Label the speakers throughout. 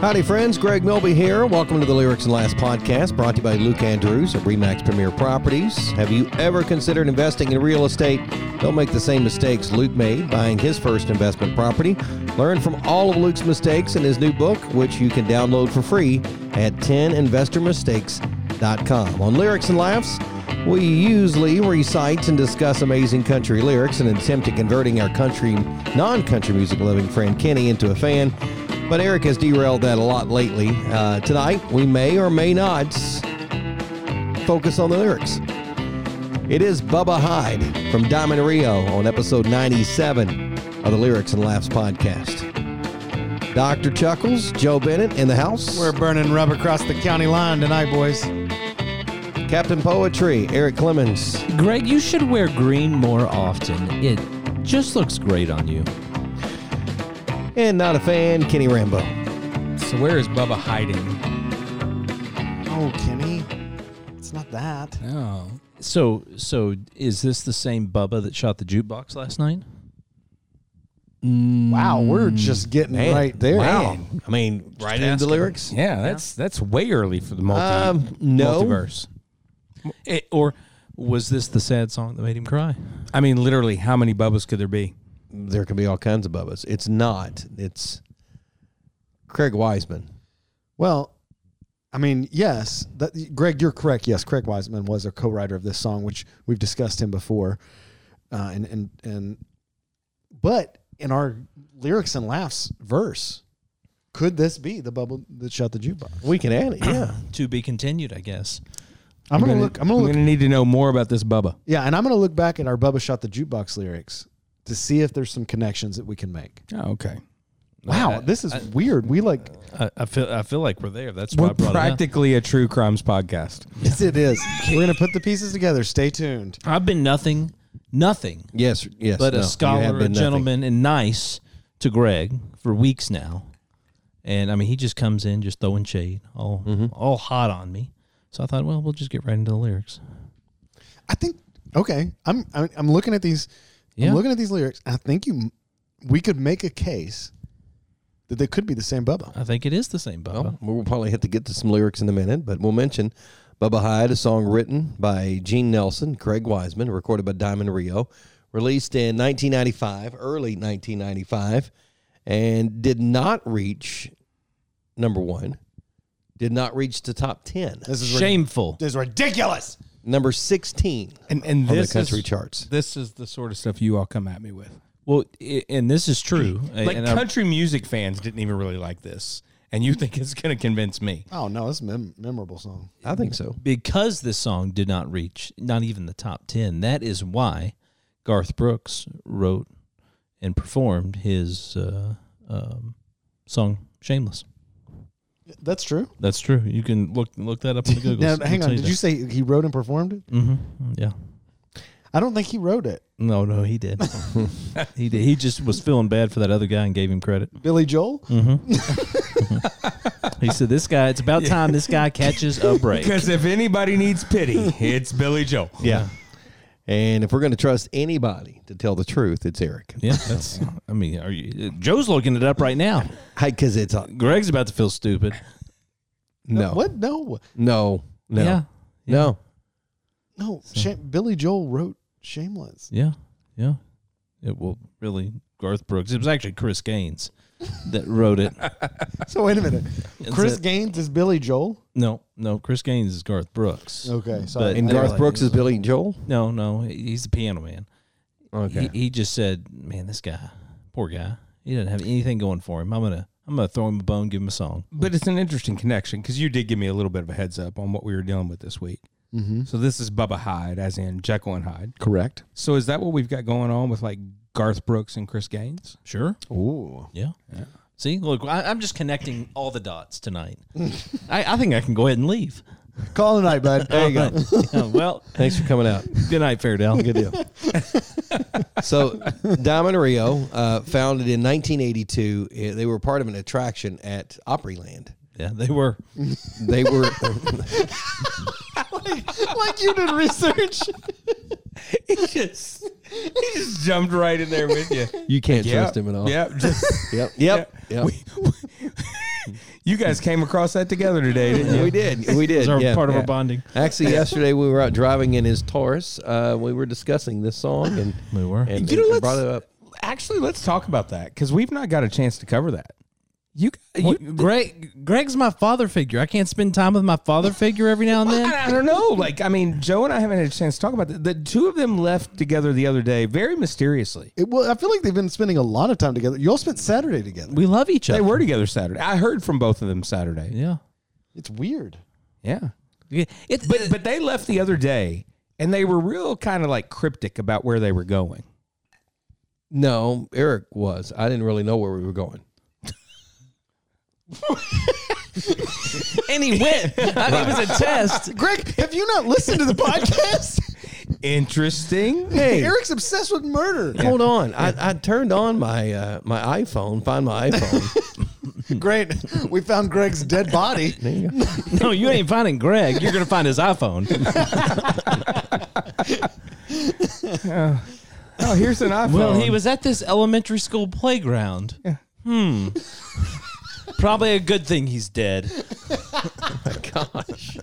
Speaker 1: Howdy, friends. Greg Milby here. Welcome to the Lyrics and Last podcast brought to you by Luke Andrews of Remax Premier Properties. Have you ever considered investing in real estate? Don't make the same mistakes Luke made buying his first investment property. Learn from all of Luke's mistakes in his new book, which you can download for free at 10investormistakes.com. On Lyrics and Laughs, we usually recite and discuss amazing country lyrics in an attempt at converting our country, non country music loving friend Kenny into a fan. But Eric has derailed that a lot lately. Uh, tonight, we may or may not s- focus on the lyrics. It is Bubba Hyde from Diamond Rio on episode 97 of the Lyrics and Laughs podcast. Dr. Chuckles, Joe Bennett in the house.
Speaker 2: We're burning rub across the county line tonight, boys.
Speaker 1: Captain Poetry, Eric Clemens.
Speaker 3: Greg, you should wear green more often. It just looks great on you.
Speaker 1: And not a fan, Kenny Rambo.
Speaker 4: So where is Bubba hiding?
Speaker 2: Oh, Kenny, it's not that.
Speaker 4: Oh,
Speaker 3: So, so is this the same Bubba that shot the jukebox last night?
Speaker 2: Wow, we're just getting
Speaker 1: Man,
Speaker 2: right there.
Speaker 1: man. I mean, right into the lyrics.
Speaker 4: yeah. That's that's way early for the multi
Speaker 1: Um, no.
Speaker 4: multiverse.
Speaker 3: It- Eh, or was this the sad song that made him cry?
Speaker 4: I mean, literally, how many Bubbas could there be?
Speaker 1: There can be all kinds of Bubbas. It's not. It's Craig Wiseman.
Speaker 2: Well, I mean, yes, that, Greg, you're correct. Yes, Craig Wiseman was a co-writer of this song, which we've discussed him before, uh, and and and. But in our lyrics and laughs verse, could this be the bubble that shut the jukebox?
Speaker 1: We can add it. Yeah.
Speaker 3: To be continued, I guess.
Speaker 2: I'm gonna look. I'm gonna
Speaker 4: I'm
Speaker 2: look.
Speaker 4: gonna need to know more about this Bubba.
Speaker 2: Yeah, and I'm gonna look back at our Bubba shot the jukebox lyrics to see if there's some connections that we can make.
Speaker 4: Oh, okay.
Speaker 2: Wow, this is weird. We like
Speaker 3: I, I feel I feel like we're there. That's why I
Speaker 4: We're
Speaker 3: brought it
Speaker 4: practically a true crimes podcast.
Speaker 2: yes, it is. We're gonna put the pieces together. Stay tuned.
Speaker 3: up. I've been nothing, nothing
Speaker 1: Yes. Yes.
Speaker 3: but
Speaker 1: no,
Speaker 3: a
Speaker 1: you have
Speaker 3: scholar, a
Speaker 1: been nothing.
Speaker 3: gentleman, and nice to Greg for weeks now. And I mean, he just comes in just throwing shade, all
Speaker 4: Mm-hmm.
Speaker 3: all hot on me. So I thought, well, we'll just get right into the lyrics.
Speaker 2: I think okay. I'm I'm, I'm looking at these.
Speaker 3: Yeah.
Speaker 2: I'm looking at these lyrics. I think you, we could make a case that they could be the same Bubba.
Speaker 3: I think it is the same Bubba.
Speaker 1: Well, we'll probably have to get to some lyrics in a minute, but we'll mention Bubba Hyde, a song written by Gene Nelson, Craig Wiseman, recorded by Diamond Rio, released in 1995, early 1995, and did not reach number one, did not reach the top 10,
Speaker 2: This is ri-
Speaker 3: Shameful.
Speaker 2: this is ridiculous.
Speaker 1: number 16
Speaker 4: And and
Speaker 1: on the
Speaker 4: this
Speaker 1: country
Speaker 4: is
Speaker 1: charts.
Speaker 4: this is the sort of stuff you all come at me with.
Speaker 3: Well, i- and this is true.
Speaker 4: Like
Speaker 3: and I-
Speaker 4: country music fans didn't even really like this, and you think it's gonna convince me?
Speaker 2: Oh no, this is a mem- memorable song.
Speaker 1: I think so.
Speaker 3: because this song did not reach not even the top 10, that is why Garth Brooks wrote and performed his uh, um, song Shameless.
Speaker 2: That's true.
Speaker 3: That's true. You can look look that up in the Google.
Speaker 2: Now, hang on. Did you say he wrote and performed it?
Speaker 3: hmm Yeah.
Speaker 2: I don't think he wrote it.
Speaker 3: No, no, he did. he did. He just was feeling bad for that other guy and gave him credit.
Speaker 2: Billy Joel.
Speaker 3: Mm-hmm. He said, "This guy. It's about time this guy catches a break."
Speaker 4: Because if anybody needs pity, it's Billy Joel.
Speaker 1: Yeah. And if we're going to trust anybody to tell the truth, it's Eric.
Speaker 3: Yeah, that's. I mean, are you? Joe's looking it up right now.
Speaker 1: Because it's a,
Speaker 3: Greg's about to feel stupid.
Speaker 1: no.
Speaker 2: Uh, What? No,
Speaker 1: No. No.
Speaker 3: Yeah.
Speaker 1: No.
Speaker 2: no. Sha- Billy Joel wrote Shameless.
Speaker 3: Yeah, yeah. It will really Garth Brooks. It was actually Chris Gaines that wrote it.
Speaker 2: So wait a minute. Chris
Speaker 3: it.
Speaker 2: Gaines is Billy Joel.
Speaker 3: No, no, Chris Gaines is Garth Brooks.
Speaker 2: Okay, so
Speaker 3: But-
Speaker 1: And
Speaker 3: I
Speaker 1: Garth
Speaker 3: like-
Speaker 1: Brooks is Billy Joel?
Speaker 3: No, no, he- he's the piano man.
Speaker 1: Okay.
Speaker 3: He, he just said, "Man, this guy, poor guy, he doesn't have anything going for him. I'm gonna, I'm gonna throw him a bone, give him a song."
Speaker 4: But it's an interesting connection because you did give me a little bit of a heads up on what we were dealing with this week.
Speaker 2: Mhm.
Speaker 4: So this is Bubba Hyde, as in Jekyll and Hyde.
Speaker 2: correct.
Speaker 4: So is that what we've got going on with like Garth Brooks and Chris Gaines?
Speaker 3: Sure.
Speaker 2: Ooh,
Speaker 3: Yeah. See, look, I, I'm just connecting all the dots tonight. I, I think I can go ahead and leave.
Speaker 2: call it a night, bud. There you go.
Speaker 3: Yeah, well,
Speaker 1: Thanks for coming out.
Speaker 3: good night, Fairdale.
Speaker 1: Good deal. so, Diamond Rio, uh, founded in 1982, eh, they were part of an attraction at Opryland.
Speaker 3: Yeah, they were.
Speaker 1: They were
Speaker 2: like you did research.
Speaker 4: he just he just jumped right in there with you.
Speaker 1: you can't trust him at all.
Speaker 4: Yep. Just,
Speaker 1: Yep. Yep. yep.
Speaker 4: We- You guys came across that together today, didn't you?
Speaker 1: We did. We
Speaker 3: It's
Speaker 1: did.
Speaker 3: our,
Speaker 1: yeah.
Speaker 3: part of
Speaker 4: yeah.
Speaker 3: our bonding.
Speaker 1: Actually, yesterday we were out driving in his Taurus. Uh, we were discussing this song and
Speaker 3: We were.
Speaker 1: and,
Speaker 4: You know,
Speaker 1: and
Speaker 4: let's-
Speaker 1: brought it up.
Speaker 4: Actually, let's talk about that because we've not got a chance to cover that. You,
Speaker 3: Well,
Speaker 4: you
Speaker 3: Greg, Greg's my father figure. I can't spend time with my father figure every now and then.
Speaker 4: I, I don't know. Like, I mean, Joe and I haven't had a chance to talk about that. The two of them left together the other day, very mysteriously.
Speaker 2: It, well, I feel like they've been spending a lot of time together. You all spent Saturday together.
Speaker 3: We love each
Speaker 4: They
Speaker 3: other.
Speaker 4: were together Saturday. I heard from both of them Saturday.
Speaker 3: Yeah.
Speaker 2: It's weird.
Speaker 4: Yeah, uh,
Speaker 3: Yeah. It,
Speaker 4: but but they left the other day, and they were real kind of like cryptic about where they were going.
Speaker 1: No, Eric was. I didn't really know where we were going.
Speaker 3: and he went. I mean, it was a test.
Speaker 2: Greg, have you not listened to the podcast?
Speaker 4: Interesting.
Speaker 2: Eric's obsessed with murder.
Speaker 1: Hold on. I, I turned on my uh, my iPhone. Find my iPhone.
Speaker 2: Great. We found Greg's dead body.
Speaker 1: There you go.
Speaker 3: No, you ain't finding Greg. You're gonna find his iPhone.
Speaker 4: Oh, here's an iPhone.
Speaker 3: Well, he was at this elementary school playground.
Speaker 4: Yeah.
Speaker 3: Hmm. Probably a good thing he's dead.
Speaker 1: Gosh.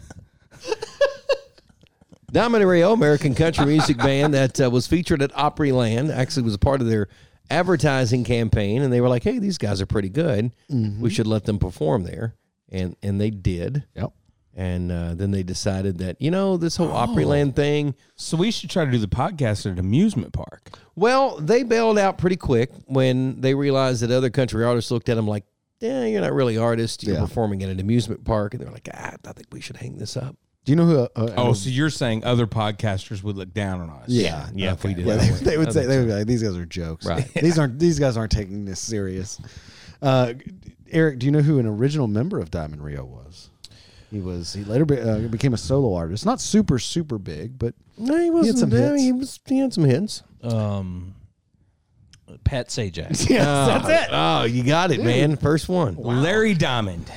Speaker 1: Diamond Rio, American country music band that uh, was featured at Opryland, actually was a part of their advertising campaign, and they were like, "Hey, these guys are pretty good. We should let them perform there," and and they did.
Speaker 2: Yep.
Speaker 1: And uh, then they decided that you know this whole Opryland thing.
Speaker 4: So we should try to do the podcast at an amusement park.
Speaker 1: Well, they bailed out pretty quick when they realized that other country artists looked at them like, "Yeah, you're not really artists. You're
Speaker 2: Yeah.
Speaker 1: performing at an amusement park," and they were like, ah, "I think we should hang this up."
Speaker 2: Do you know who? Uh, uh,
Speaker 4: Oh, so you're saying other podcasters would look down on us?
Speaker 2: Yeah.
Speaker 4: yeah. If we did,
Speaker 2: Uh, Yeah,
Speaker 4: that.
Speaker 2: they, they would say they would be like, "These guys are jokes.
Speaker 1: Right.
Speaker 2: these aren't. These guys aren't taking this serious." Uh, Eric, do you know who an original member of Diamond Rio was? He was. He later be, uh, became a solo artist. Not super super big, but
Speaker 1: No, he
Speaker 2: had
Speaker 1: wasn't.
Speaker 2: some
Speaker 1: no,
Speaker 2: hits.
Speaker 1: He, was, he had some hints.
Speaker 3: Um, Pat Sajak.
Speaker 2: yes,
Speaker 4: Ah.
Speaker 1: that's it. Oh, you got it, man. First one.
Speaker 4: Larry Diamond.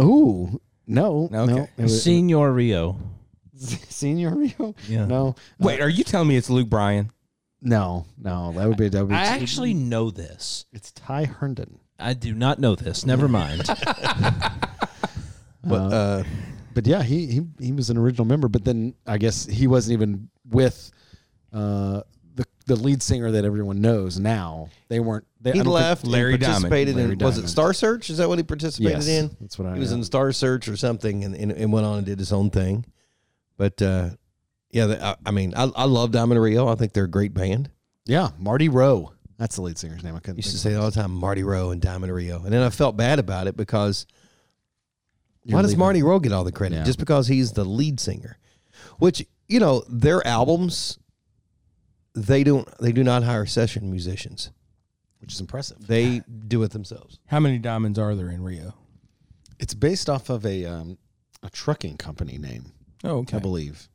Speaker 2: Ooh, no,
Speaker 4: Okay.
Speaker 2: no, it was-
Speaker 3: Senor Rio.
Speaker 2: Senior Rio.
Speaker 3: Yeah.
Speaker 2: No,
Speaker 4: Wait, are you telling me it's Luke Bryan?
Speaker 2: no, no. That would be. That would be
Speaker 3: I actually know this.
Speaker 2: it's Ty Herndon.
Speaker 3: I do not know this. Never mind.
Speaker 1: But, uh,
Speaker 2: but yeah, he, he he was an original member, but then I guess he wasn't even with uh, the the lead singer that everyone knows now. They weren't. They, I
Speaker 1: he
Speaker 2: don't think-
Speaker 1: left.
Speaker 4: Larry
Speaker 1: he
Speaker 4: Diamond.
Speaker 1: participated
Speaker 2: Larry
Speaker 1: in was
Speaker 2: Diamond.
Speaker 1: it Star Search? Is that what he participated
Speaker 2: Yes,
Speaker 1: in?
Speaker 2: that's what I
Speaker 1: He was
Speaker 2: know.
Speaker 1: in Star Search or something, and, and, and went on and did his own thing. But uh, yeah, the, I, I mean, I, I love Diamond Rio. I think they're a great band.
Speaker 2: yeah, Marty Rowe. That's the lead singer's name. I couldn't.
Speaker 1: used to
Speaker 2: Think.
Speaker 1: say all the time Marty Rowe and Diamond Rio, and then I felt bad about it because
Speaker 2: You're
Speaker 1: why does
Speaker 2: leaving.
Speaker 1: Marty Rowe get all the credit
Speaker 2: Yeah.
Speaker 1: just because he's the lead singer? Which you know their albums, they don't they do not hire session musicians.
Speaker 2: Which is impressive.
Speaker 1: They do it themselves.
Speaker 4: How many diamonds are there in Rio?
Speaker 2: It's based off of a um, a trucking company name,
Speaker 4: Oh, okay.
Speaker 2: I believe,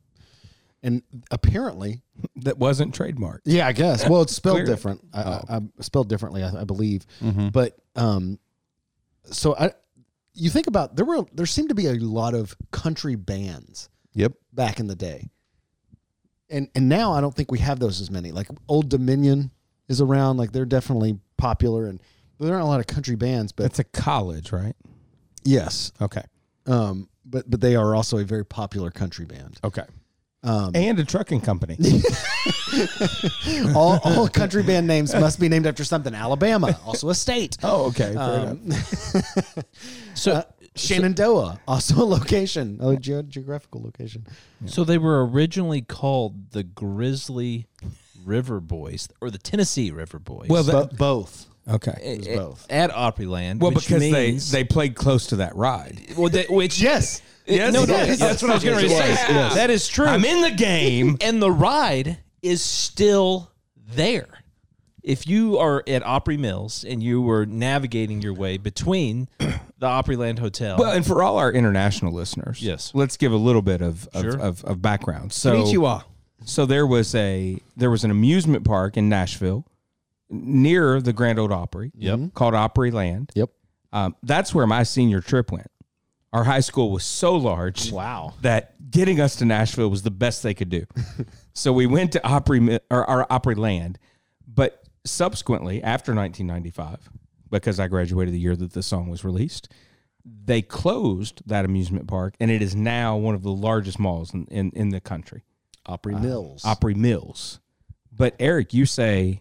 Speaker 2: and apparently
Speaker 4: That wasn't trademarked.
Speaker 2: Yeah, I guess. Well, it's spelled
Speaker 4: Clear. Oh. Mm-hmm.
Speaker 2: different. I, I, I spelled differently, I, I believe. But um, so I, you think about there were there seemed to be a lot of country bands
Speaker 1: Yep.
Speaker 2: back in the day, and and now I don't think we have those as many. Like Old Dominion is around. Like they're definitely popular, and there aren't a lot of country bands. But
Speaker 4: That's a college, right?
Speaker 2: yes,
Speaker 4: Okay.
Speaker 2: um, but but they are also a very popular country band.
Speaker 4: Okay.
Speaker 2: Um,
Speaker 4: And a trucking company.
Speaker 2: all, all country band names must be named after something. Alabama, also a state.
Speaker 4: oh, okay. Fair enough.
Speaker 2: Um,
Speaker 3: So,
Speaker 4: Uh,
Speaker 2: Shenandoah, also a location, a ge- geographical location.
Speaker 3: so they were originally called the Grizzly River Boys or the Tennessee River Boys.
Speaker 4: Well,
Speaker 2: But both.
Speaker 4: Okay.
Speaker 3: it
Speaker 2: was both.
Speaker 3: at Opryland.
Speaker 4: Well,
Speaker 3: which
Speaker 4: because
Speaker 3: means-
Speaker 4: they they played close to that ride.
Speaker 3: well, they- which
Speaker 2: Yes.
Speaker 4: Yes,
Speaker 3: no, no,
Speaker 2: yes.
Speaker 3: that's what I was going to
Speaker 4: Yes,
Speaker 3: say.
Speaker 4: it was, yes.
Speaker 3: That is true.
Speaker 4: I'm in the game.
Speaker 3: and the ride is still there. If you are at Opry Mills and you were navigating your way between the Opryland Hotel,
Speaker 4: Well, and for all our international listeners,
Speaker 3: Yes.
Speaker 4: let's give a little bit of of,
Speaker 3: Sure.
Speaker 4: of, of background. So,
Speaker 1: Konnichiwa.
Speaker 4: so there was a there was an amusement park in Nashville near the Grand Ole Opry. Mm-hmm.
Speaker 3: Yep.
Speaker 4: called Opry Land.
Speaker 2: Yep.
Speaker 4: Um, that's where my senior trip went. Our high school was so large
Speaker 2: Wow.
Speaker 4: that getting us to Nashville was the best they could do. so we went to Opry Mi- or, or Opry Land, but subsequently after 1995, because I graduated the year that the song was released, They closed that amusement park, and it is now one of the largest malls in, in, in the country, Uh,
Speaker 2: Opry Mills.
Speaker 4: Opry Mills. But Eric, you say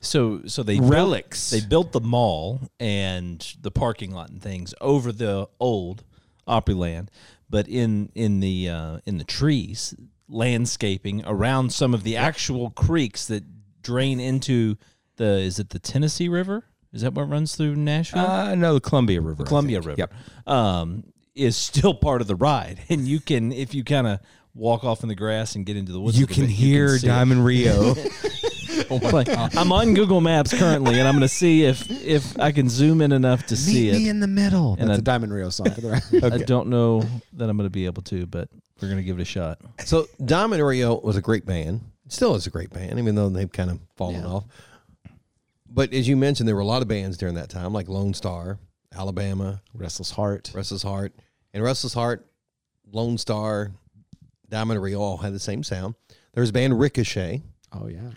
Speaker 3: So so they built-
Speaker 4: relics.
Speaker 3: they built the mall and the parking lot and things over the old Opryland, but in in the uh, in the trees, landscaping around some of the actual creeks that drain into the is it the Tennessee River? Is that what runs through Nashville?
Speaker 4: uh, no, the Columbia River. I
Speaker 3: Columbia
Speaker 4: think.
Speaker 3: River
Speaker 4: Yep.
Speaker 3: um, is still part of the ride, and you can if you kind of walk off in the grass and get into the woods. a
Speaker 4: You
Speaker 3: little
Speaker 4: can
Speaker 3: bit,
Speaker 4: hear
Speaker 3: see it.
Speaker 4: Diamond Rio.
Speaker 3: It's like, I'm on Google Maps currently, and I'm going to see if if I can zoom in enough to see it.
Speaker 4: in the middle.
Speaker 3: And
Speaker 2: That's
Speaker 3: I-
Speaker 2: a Diamond Rio song for the record.
Speaker 3: I don't know that I'm going to be able to, but we're going to give it a shot.
Speaker 1: So Diamond Rio was a great band. Still is a great band, even though they've kind of fallen off. But as you mentioned, there were a lot of bands during that time, like Lone Star, Alabama,
Speaker 2: Restless Heart.
Speaker 1: Restless Heart. And Restless Heart, Lone Star, Diamond Rio all had the same sound. There was a band Ricochet.
Speaker 2: Oh yeah.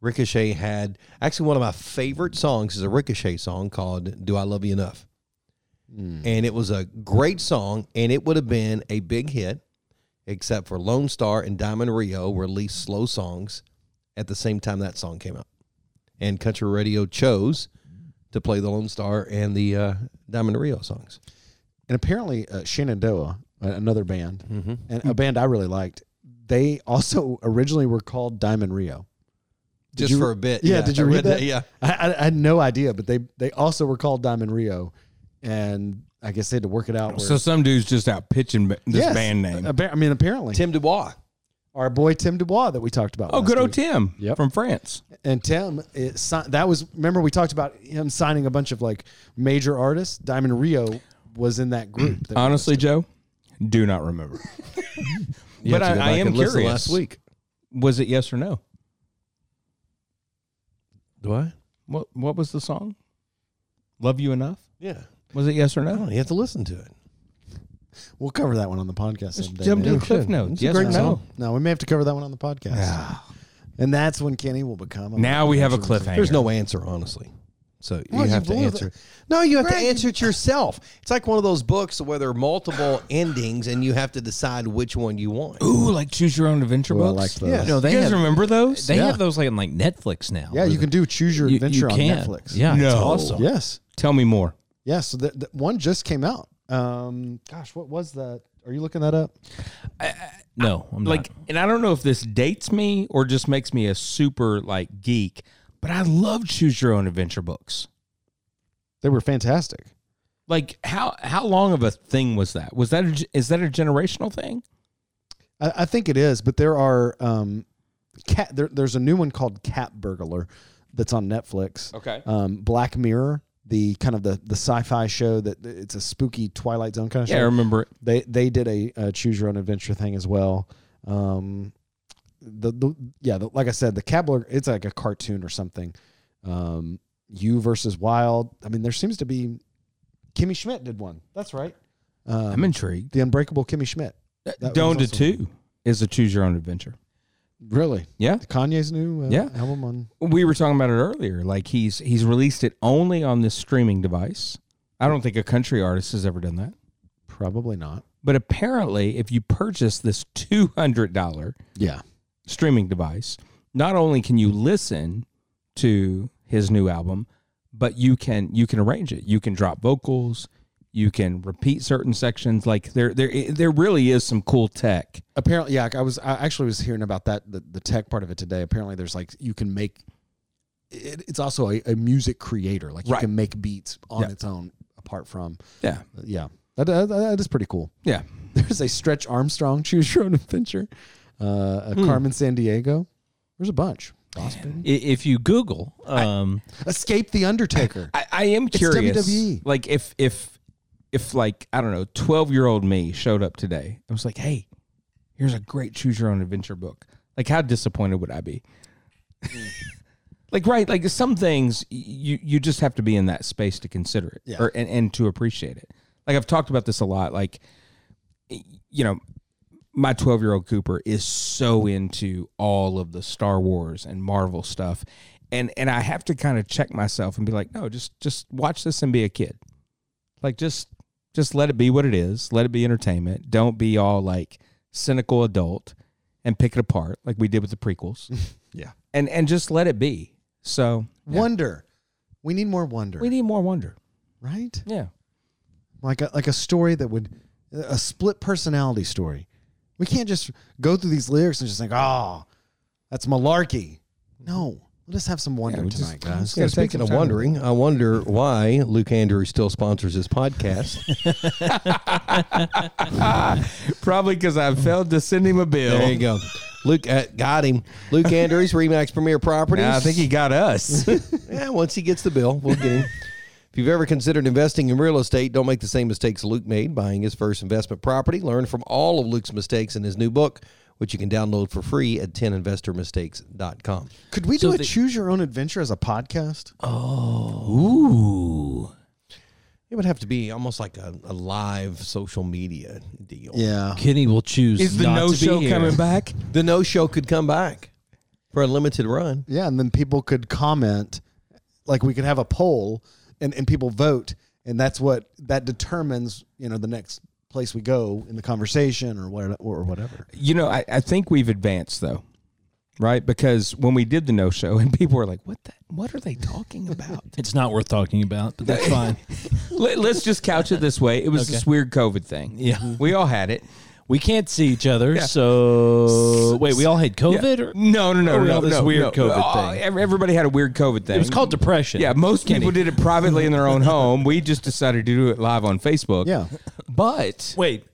Speaker 1: Ricochet had actually one of my favorite songs is a Ricochet song called Do I Love You Enough? And it was a great song, and it would have been a big hit, except for Lone Star and Diamond Rio released slow songs at the same time that song came out. And country radio chose to play the Lone Star and the uh, Diamond Rio songs.
Speaker 2: And apparently uh, Shenandoah, a- another band, and a band I really liked. They also originally were called Diamond Rio. Did
Speaker 1: Just
Speaker 2: you-
Speaker 1: for a bit.
Speaker 2: Yeah, did you
Speaker 1: I
Speaker 2: read that?
Speaker 1: Yeah.
Speaker 2: I, I, I had no idea, but they they also were called Diamond Rio, and I guess they had to work it out. where-
Speaker 4: So some dude's just out pitching ba- this
Speaker 2: Yes.
Speaker 4: band name.
Speaker 2: Appa- I mean, apparently
Speaker 1: Tim Dubois.
Speaker 2: our boy Tim Dubois that we talked about.
Speaker 4: oh,
Speaker 2: last
Speaker 4: good old
Speaker 2: week.
Speaker 4: Tim
Speaker 2: Yep.
Speaker 4: from France.
Speaker 2: And Tim, it, si- that was remember we talked about him signing a bunch of like major artists. Diamond Rio was in that group. that we
Speaker 4: Honestly, Joe, do not remember.
Speaker 1: You
Speaker 4: but
Speaker 1: have to go
Speaker 4: I, I
Speaker 1: back
Speaker 4: am
Speaker 1: and listen to
Speaker 4: curious.
Speaker 1: Last week.
Speaker 4: was it yes or no?
Speaker 1: Do I?
Speaker 4: What What was the song? Love you enough?
Speaker 1: Yeah.
Speaker 4: Was it yes or
Speaker 1: Oh,
Speaker 4: no?
Speaker 1: you have to listen to it.
Speaker 2: we'll cover that one on the podcast someday.
Speaker 4: Jump to
Speaker 2: maybe.
Speaker 4: the cliff
Speaker 1: should.
Speaker 4: notes.
Speaker 1: It's a
Speaker 4: Yes or
Speaker 1: great
Speaker 4: no?
Speaker 1: song.
Speaker 2: No, we may have to cover that one on the podcast. And that's when Kenny will become. A
Speaker 4: Now we have a
Speaker 2: Congratulations.
Speaker 4: cliffhanger.
Speaker 1: There's no answer, honestly. So you
Speaker 2: Well, you
Speaker 1: have to
Speaker 2: blew the-
Speaker 1: answer. No, you have
Speaker 2: Greg,
Speaker 1: to
Speaker 2: you-
Speaker 1: answer it yourself. It's like one of those books where there are multiple endings and you have to decide which one you want.
Speaker 4: Ooh, like choose your own adventure
Speaker 2: Ooh, I
Speaker 4: books.
Speaker 2: like those.
Speaker 1: Yeah.
Speaker 3: No,
Speaker 4: You
Speaker 3: they
Speaker 4: guys
Speaker 3: have,
Speaker 4: remember those?
Speaker 3: they
Speaker 2: Yeah.
Speaker 3: have those like on like Netflix now.
Speaker 2: Yeah, you can do Choose Your
Speaker 3: You- you
Speaker 2: Adventure on
Speaker 3: can.
Speaker 2: Netflix.
Speaker 3: Yeah, it's
Speaker 4: No.
Speaker 3: awesome.
Speaker 2: Yes.
Speaker 4: Tell me more.
Speaker 2: Yeah. So the, the one just came out. Um, gosh, what was that? Are you looking that up?
Speaker 3: No, I'm
Speaker 4: Like, and I don't know if this dates me or just makes me a super like geek, but I love choose your own adventure books.
Speaker 2: They were fantastic.
Speaker 4: Like how how long of a thing was that? Was that a, is that a generational thing?
Speaker 2: I, I think it is, but there are um, cat. There, there's a new one called Cat Burglar that's on Netflix.
Speaker 4: Okay.
Speaker 2: Um, Black Mirror, the kind of the the sci-fi show that it's a spooky Twilight Zone kind of
Speaker 4: Yeah, I
Speaker 2: show.
Speaker 4: remember it.
Speaker 2: They they did a, uh choose your own adventure thing as well. Um, the, the yeah, the, like I said, the Cat Burglar. It's like a cartoon or something. Um, you versus Wild. I mean, there seems to be. Kimmy Schmidt did one. That's right. Um,
Speaker 4: I'm intrigued.
Speaker 2: the Unbreakable Kimmy Schmidt. that
Speaker 4: Done to
Speaker 2: was also-
Speaker 4: two is a choose your own adventure.
Speaker 2: Really?
Speaker 4: Yeah.
Speaker 2: Kanye's new uh,
Speaker 4: Yeah.
Speaker 2: album on
Speaker 4: We were talking about it earlier. Like he's he's released it only on this streaming device. I don't think a country artist has ever done that.
Speaker 2: probably not.
Speaker 4: But apparently, if you purchase this two hundred dollar
Speaker 2: Yeah.
Speaker 4: streaming device, not only can you listen to his new album, but you can you can arrange it. You can drop vocals. You can repeat certain sections. Like there there there really is some cool tech.
Speaker 2: Apparently, yeah. I was I actually was hearing about that the, the tech part of it today. Apparently, there's like you can make. It, it's also a, a music creator. Like you
Speaker 4: Right.
Speaker 2: can make beats on
Speaker 4: Yeah.
Speaker 2: its own apart from. uh,
Speaker 4: Yeah,
Speaker 2: Yeah. That, that, that is pretty cool.
Speaker 4: yeah.
Speaker 2: There's a Stretch Armstrong Choose Your Own Adventure, uh, a
Speaker 4: Hmm.
Speaker 2: Carmen San Diego. There's a bunch. Boss Baby.
Speaker 3: I- If you Google, um,
Speaker 2: Escape the Undertaker.
Speaker 4: I, I am curious.
Speaker 2: WWE.
Speaker 4: Like if if if like I don't know, twelve year old me showed up today, I was like, hey, here's a great choose your own adventure book. Like how disappointed would I be? like right, like some things y- you you just have to be in that space to consider it
Speaker 2: Yeah.
Speaker 4: or and, and to appreciate it. Like I've talked about this a lot. Like y- you know, my 12 year old Cooper is so into all of the Star Wars and Marvel stuff. And and I have to kind of check myself and be like, no, just just watch this and be a kid. Like just just let it be what it is. Let it be entertainment. Don't be all like cynical adult and pick it apart like we did with the prequels.
Speaker 2: Yeah.
Speaker 4: And and just let it be. So
Speaker 2: Wonder. We need more wonder,
Speaker 4: we need more wonder.
Speaker 2: right?
Speaker 4: Yeah.
Speaker 2: Like a, like a story that would a split personality story. We can't just go through these lyrics and just think, "Oh, that's malarkey." No, let us have some wonder
Speaker 4: we
Speaker 2: tonight,
Speaker 4: just-
Speaker 2: guys.
Speaker 4: yeah.
Speaker 1: Yeah,
Speaker 4: Gotta spend
Speaker 1: speaking
Speaker 4: some
Speaker 1: of
Speaker 4: time.
Speaker 1: wondering, I wonder why Luke Andrews still sponsors his podcast.
Speaker 4: Probably because I failed to send him a bill.
Speaker 1: there you go. Luke uh, got him. Luke Andrews, Remax Premier Properties.
Speaker 4: Nah, I think he got us.
Speaker 1: Yeah, once he gets the bill, we'll get him. if you've ever considered investing in real estate, don't make the same mistakes Luke made buying his first investment property. Learn from all of Luke's mistakes in his new book, which you can download for free at 10investormistakes.com.
Speaker 2: Could we do
Speaker 3: So
Speaker 2: a
Speaker 3: the-
Speaker 2: choose your own adventure as a podcast?
Speaker 4: Oh,
Speaker 3: Oh.
Speaker 4: Ooh.
Speaker 1: It would have to be almost like a, a live social media deal.
Speaker 2: yeah.
Speaker 3: Kenny will choose.
Speaker 4: Is the
Speaker 3: not to
Speaker 4: no
Speaker 3: be
Speaker 4: show
Speaker 3: here.
Speaker 4: coming back?
Speaker 1: The no show could come back for a limited run.
Speaker 2: Yeah, and then people could comment, like we could have a poll, and, and people vote, and that's what that determines, you know, the next place we go in the conversation or what or whatever.
Speaker 4: You know, I, I think we've advanced though, right? Because when we did the no show and people were like, what the, what are they talking about?
Speaker 3: It's not worth talking about, but that's fine.
Speaker 4: Let, us just couch it this way. It was this weird COVID thing.
Speaker 3: Yeah.
Speaker 4: We all had it.
Speaker 3: We can't see each other, so wait. We all had COVID. Or?
Speaker 4: No, no, no,
Speaker 3: Or we
Speaker 4: no.
Speaker 3: all this
Speaker 4: no,
Speaker 3: weird
Speaker 4: no.
Speaker 3: COVID
Speaker 4: Oh,
Speaker 3: thing.
Speaker 4: ev- Everybody had a weird COVID thing.
Speaker 3: It was called depression.
Speaker 4: Yeah, most people did it privately in their own home. We just decided to do it live on Facebook.
Speaker 2: Yeah.
Speaker 4: But
Speaker 3: Wait,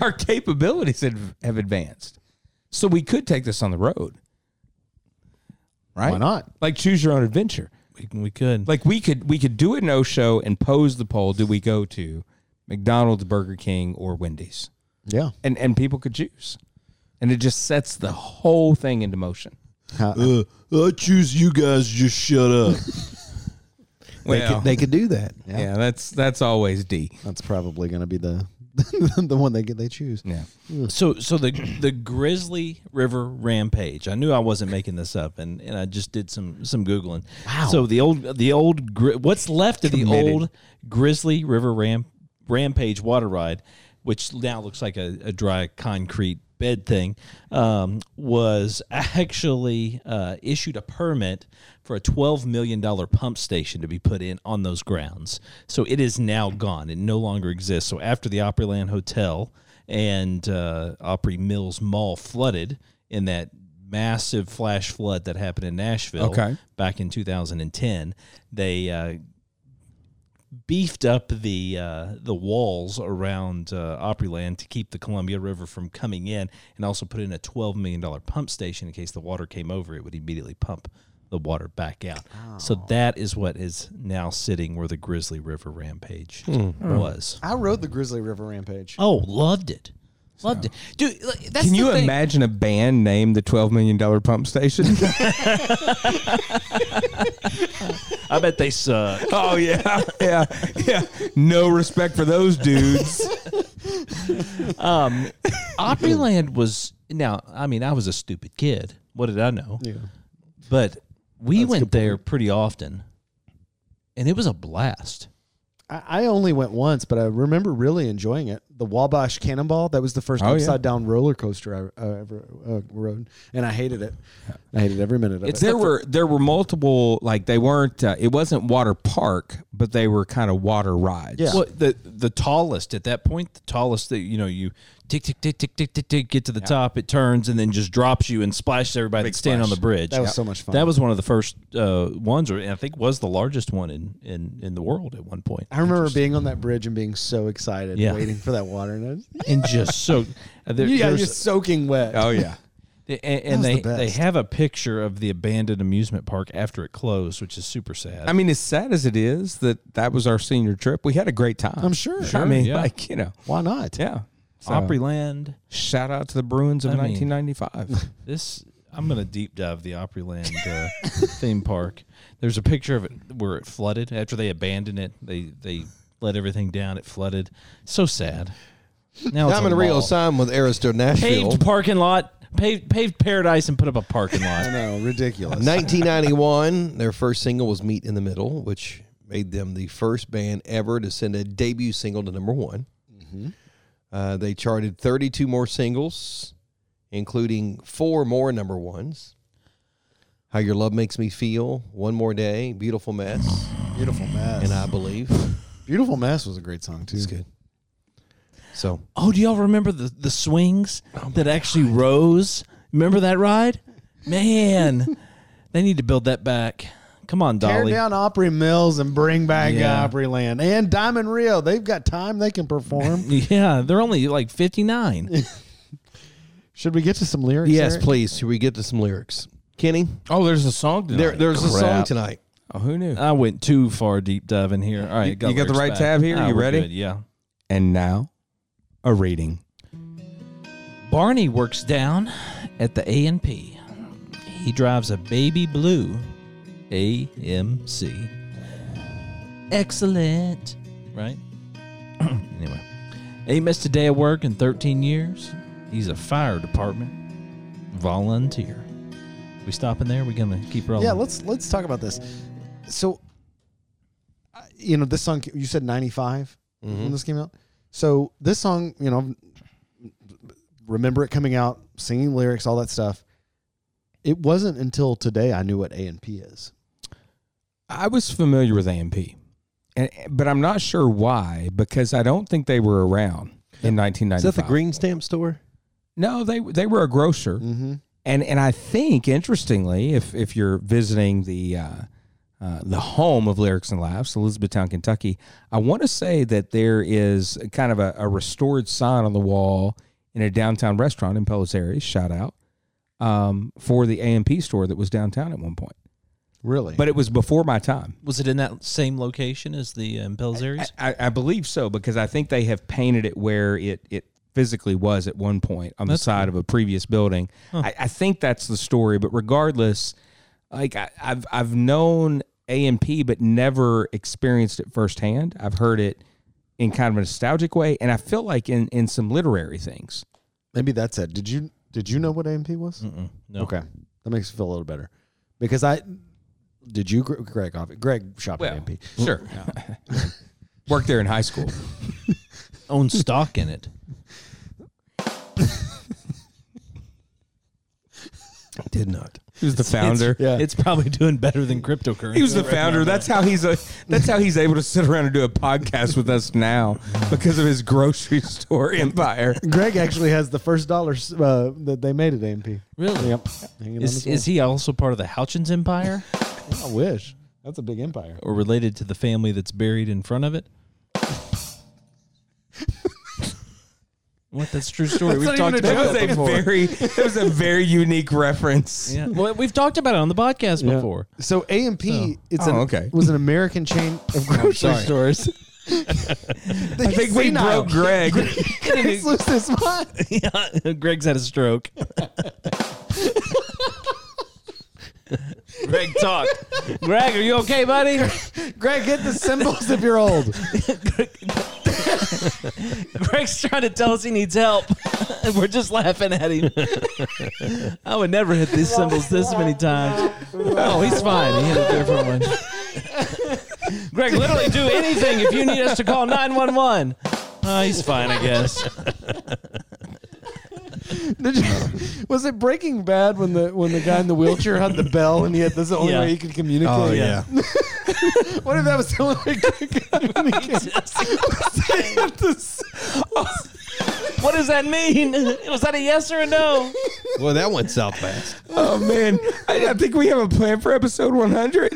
Speaker 4: our capabilities have have advanced. So we could take this on the road. Right?
Speaker 2: Why not?
Speaker 4: Like choose your own adventure.
Speaker 3: we, we could.
Speaker 4: Like we could we could do a no show and pose the poll, do we go to McDonald's, Burger King, or Wendy's?
Speaker 2: Yeah.
Speaker 4: And and people could choose. And it just sets the whole thing into motion.
Speaker 2: How-
Speaker 1: Uh,
Speaker 5: I choose you guys. Just shut up.
Speaker 1: They, could, they could do that.
Speaker 4: yeah. that's that's always D.
Speaker 2: that's probably going to be the the one they get they choose.
Speaker 4: Yeah.
Speaker 3: So, so the the Grizzly River Rampage. I knew I wasn't making this up, and, and I just did some some googling. Wow. So the old the old gri- what's left of the old Grizzly River Ram, Rampage water ride, which now looks like a, a dry concrete bed thing, um, was actually uh, issued a permit for a twelve million dollar pump station to be put in on those grounds. So it is now gone; it no longer exists. So after the Opryland Hotel and uh, Opry Mills Mall flooded in that massive flash flood that happened in Nashville
Speaker 4: Okay.
Speaker 3: back in 2010, they uh, beefed up the uh, the walls around uh, Opryland to keep the Columbia River from coming in, and also put in a twelve million dollar pump station in case the water came over. It would immediately pump the water back out. So that is what is now sitting where the Grizzly River Rampage was.
Speaker 2: I rode the Grizzly River Rampage.
Speaker 3: Oh, loved it, loved it, dude. like, That's
Speaker 4: Can
Speaker 3: the
Speaker 4: you
Speaker 3: thing.
Speaker 4: imagine a band named the twelve million dollar pump station?
Speaker 3: I bet they suck.
Speaker 4: oh yeah, yeah, yeah. No respect for those dudes.
Speaker 3: Um, Opryland was now. I mean, I was a stupid kid. What did I know? Yeah. But we went there pretty often, and it was a blast.
Speaker 2: I, I only went once, but I remember really enjoying it. The Wabash Cannonball, that was the first
Speaker 4: Oh, yeah.
Speaker 2: upside down roller coaster I, I ever uh, rode, and I hated it. I hated every minute of it.
Speaker 4: there were there were multiple like they weren't. Uh, it wasn't water park, but they were kind of water rides.
Speaker 2: Yeah.
Speaker 3: Well, the the tallest at that point, the tallest that you know, you tick tick tick tick tick tick tick get to the top, it turns and then just drops you and splashes everybody that's standing on the bridge.
Speaker 2: That was so much fun.
Speaker 3: That was one of the first uh, ones, or and I think was the largest one in in in the world at one point.
Speaker 2: I remember being on that bridge and being so excited,
Speaker 3: Yeah.
Speaker 2: waiting for that water. And I was,
Speaker 3: and just so there,
Speaker 2: yeah,
Speaker 3: there's-
Speaker 2: you're soaking wet.
Speaker 4: Oh yeah.
Speaker 3: And, and
Speaker 2: was
Speaker 3: they,
Speaker 2: the best.
Speaker 3: they have a picture of the abandoned amusement park after it closed, which is super sad.
Speaker 4: I mean, as sad as it is that that was our senior trip, we had a great time.
Speaker 2: I'm sure.
Speaker 4: I mean,
Speaker 3: yeah.
Speaker 4: like you know,
Speaker 2: Why not?
Speaker 4: yeah. So,
Speaker 2: Oh.
Speaker 3: Opryland,
Speaker 4: shout out to the Bruins of
Speaker 3: I mean-
Speaker 4: 1995.
Speaker 3: this I'm gonna deep dive the Opryland uh, theme park. There's a picture of it where it flooded after they abandoned it. They they let everything down. It flooded. So sad. Now it's
Speaker 1: I'm
Speaker 3: a
Speaker 1: in Rio
Speaker 3: mall.
Speaker 1: Sign with Aristo Nashville.
Speaker 3: paved parking lot, paved paved paradise, and put up a parking lot.
Speaker 2: No, ridiculous.
Speaker 1: 1991, their first single was Meet in the Middle, which made them the first band ever to send a debut single to number one. Uh, they charted 32 more singles, including four more number ones. How Your Love Makes Me Feel, One More Day, Beautiful Mess,
Speaker 2: Beautiful mess.
Speaker 1: and I Believe.
Speaker 2: Beautiful mess was a great song too.
Speaker 1: It's good. So
Speaker 3: Oh, do y'all remember the, the swings that actually rose? Remember that ride? Man, they need to build that back. Come on,
Speaker 2: Tear
Speaker 3: Dolly.
Speaker 2: down Opry Mills and bring back
Speaker 3: Yeah.
Speaker 2: Opryland and Diamond Rio. They've got time; they can perform.
Speaker 3: Yeah, they're only like 59.
Speaker 2: Should we get to some lyrics?
Speaker 1: yes,
Speaker 2: Eric?
Speaker 1: please. Should we get to some lyrics, Kenny?
Speaker 4: Oh, there's a song tonight.
Speaker 1: There, there's a song
Speaker 3: Crap.
Speaker 1: tonight.
Speaker 4: oh, who knew?
Speaker 3: I went too far deep diving here. All right,
Speaker 4: You- you got the
Speaker 3: lyrics
Speaker 4: right
Speaker 3: back.
Speaker 4: tab here?
Speaker 3: Ah,
Speaker 4: You
Speaker 3: we're
Speaker 4: ready?
Speaker 3: good, Yeah.
Speaker 4: and now, a reading.
Speaker 3: Barney works down at the A&P. He drives a baby blue AMC. Excellent, right? anyway, ain't missed a day of work in 13 years. He's a fire department volunteer. We stopping there? We gonna keep rolling?
Speaker 2: Yeah, let's let's talk about this. So, I- you know, this song you said '95
Speaker 1: Mm-hmm.
Speaker 2: when this came out. So this song, you know, remember it coming out, singing lyrics, all that stuff. It wasn't until today I knew what A and P is.
Speaker 4: I was familiar with AMP, and, but I'm not sure why because I don't think they were around in 1995.
Speaker 1: Is that the Green Stamp Store?
Speaker 4: No, they they were a grocer,
Speaker 2: Mhm.
Speaker 4: and and I think interestingly, if if you're visiting the uh, uh, the home of Lyrics and Laughs, Elizabethtown, Kentucky, I want to say that there is kind of a, a restored sign on the wall in a downtown restaurant in Palos Aires. Shout out um, for the AMP store that was downtown at one point,
Speaker 2: Really?
Speaker 4: but it was before my time.
Speaker 3: Was it in that same location as the um, Pell's Aries?
Speaker 4: I, I believe so because I think they have painted it where it it physically was at one point on the side of a previous building. I, I think that's the story, but regardless, like I, I've I've known AMP but never experienced it firsthand. I've heard it in kind of a nostalgic way, and I feel like in in some literary things.
Speaker 2: Maybe that's it. Did you did you know what AMP was? Mm-mm,
Speaker 3: no.
Speaker 2: Okay, that makes me feel a little better because I did you Gre- Greg off Greg shop at AMP.
Speaker 4: Sure, worked there in high school.
Speaker 3: Own stock in it.
Speaker 1: Did not.
Speaker 4: He was the founder.
Speaker 2: Yeah.
Speaker 3: It's probably doing better than cryptocurrency.
Speaker 4: He was the founder. That's how he's a. That's how he's able to sit around and do a podcast with us now because of his grocery store empire.
Speaker 2: Greg actually has the first dollars uh, that they made at AMP.
Speaker 3: Really?
Speaker 2: Yep. Hanging on
Speaker 3: Is,
Speaker 2: his wall.
Speaker 3: is he also part of the Houchins Empire?
Speaker 2: I wish. That's a big empire.
Speaker 3: or related to the family that's buried in front of it? what? That's a true story. We've talked about
Speaker 4: That was
Speaker 3: that
Speaker 4: a
Speaker 3: before.
Speaker 4: very. That was a very unique reference.
Speaker 3: yeah. Well, we've taltalked about it on the podcast before.
Speaker 2: So AMP it's
Speaker 4: Oh,
Speaker 2: an,
Speaker 4: okay.
Speaker 2: was an American chain of grocery stores.
Speaker 4: I think we broke Greg.
Speaker 2: Greg's lost his mind.
Speaker 3: Yeah, Greg's had a stroke. Greg, talk. Greg, are you okay, buddy?
Speaker 2: Greg, get the symbols if you're old.
Speaker 3: Greg's trying to tell us he needs help, and we're just laughing at him. I would never hit these symbols this many times. Oh, he's fine. He hit a different one. Greg, literally do anything if you need us to call 911. Oh, he's fine, I guess.
Speaker 2: Did you, was it Breaking Bad when the when the guy in the wheelchair had the bell and he had this is the only
Speaker 3: Yeah.
Speaker 2: way he could communicate?
Speaker 1: Oh,
Speaker 3: yeah.
Speaker 2: What if that was the only way he could communicate?
Speaker 3: what does that mean? Was that a yes or a no?
Speaker 1: Well, that went south fast.
Speaker 4: Oh man, I, I think we have a plan for episode 100.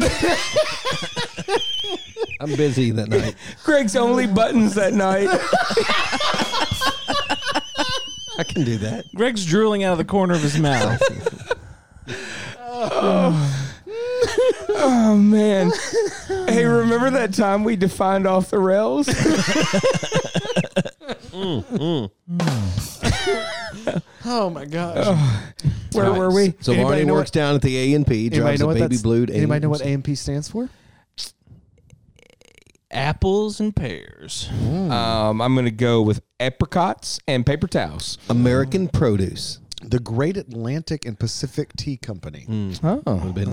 Speaker 1: I'm busy that night.
Speaker 4: Greg's only buttons that night.
Speaker 1: I can do that.
Speaker 3: Greg's drooling out of the corner of his mouth.
Speaker 4: Oh man. Hey, remember that time we defined off the rails?
Speaker 2: Oh my gosh.
Speaker 4: Where were we?
Speaker 1: So
Speaker 2: Anybody
Speaker 1: Barney
Speaker 2: know
Speaker 1: works
Speaker 2: what-
Speaker 1: down at the A and P, drives a baby
Speaker 2: that's-
Speaker 1: blue.
Speaker 2: Anybody know what AMP stands for?
Speaker 3: Apples and pears.
Speaker 4: Um, I'm gonna go with apricots and paper towels.
Speaker 1: American Produce.
Speaker 2: the Great Atlantic and Pacific Tea Company.
Speaker 4: Oh,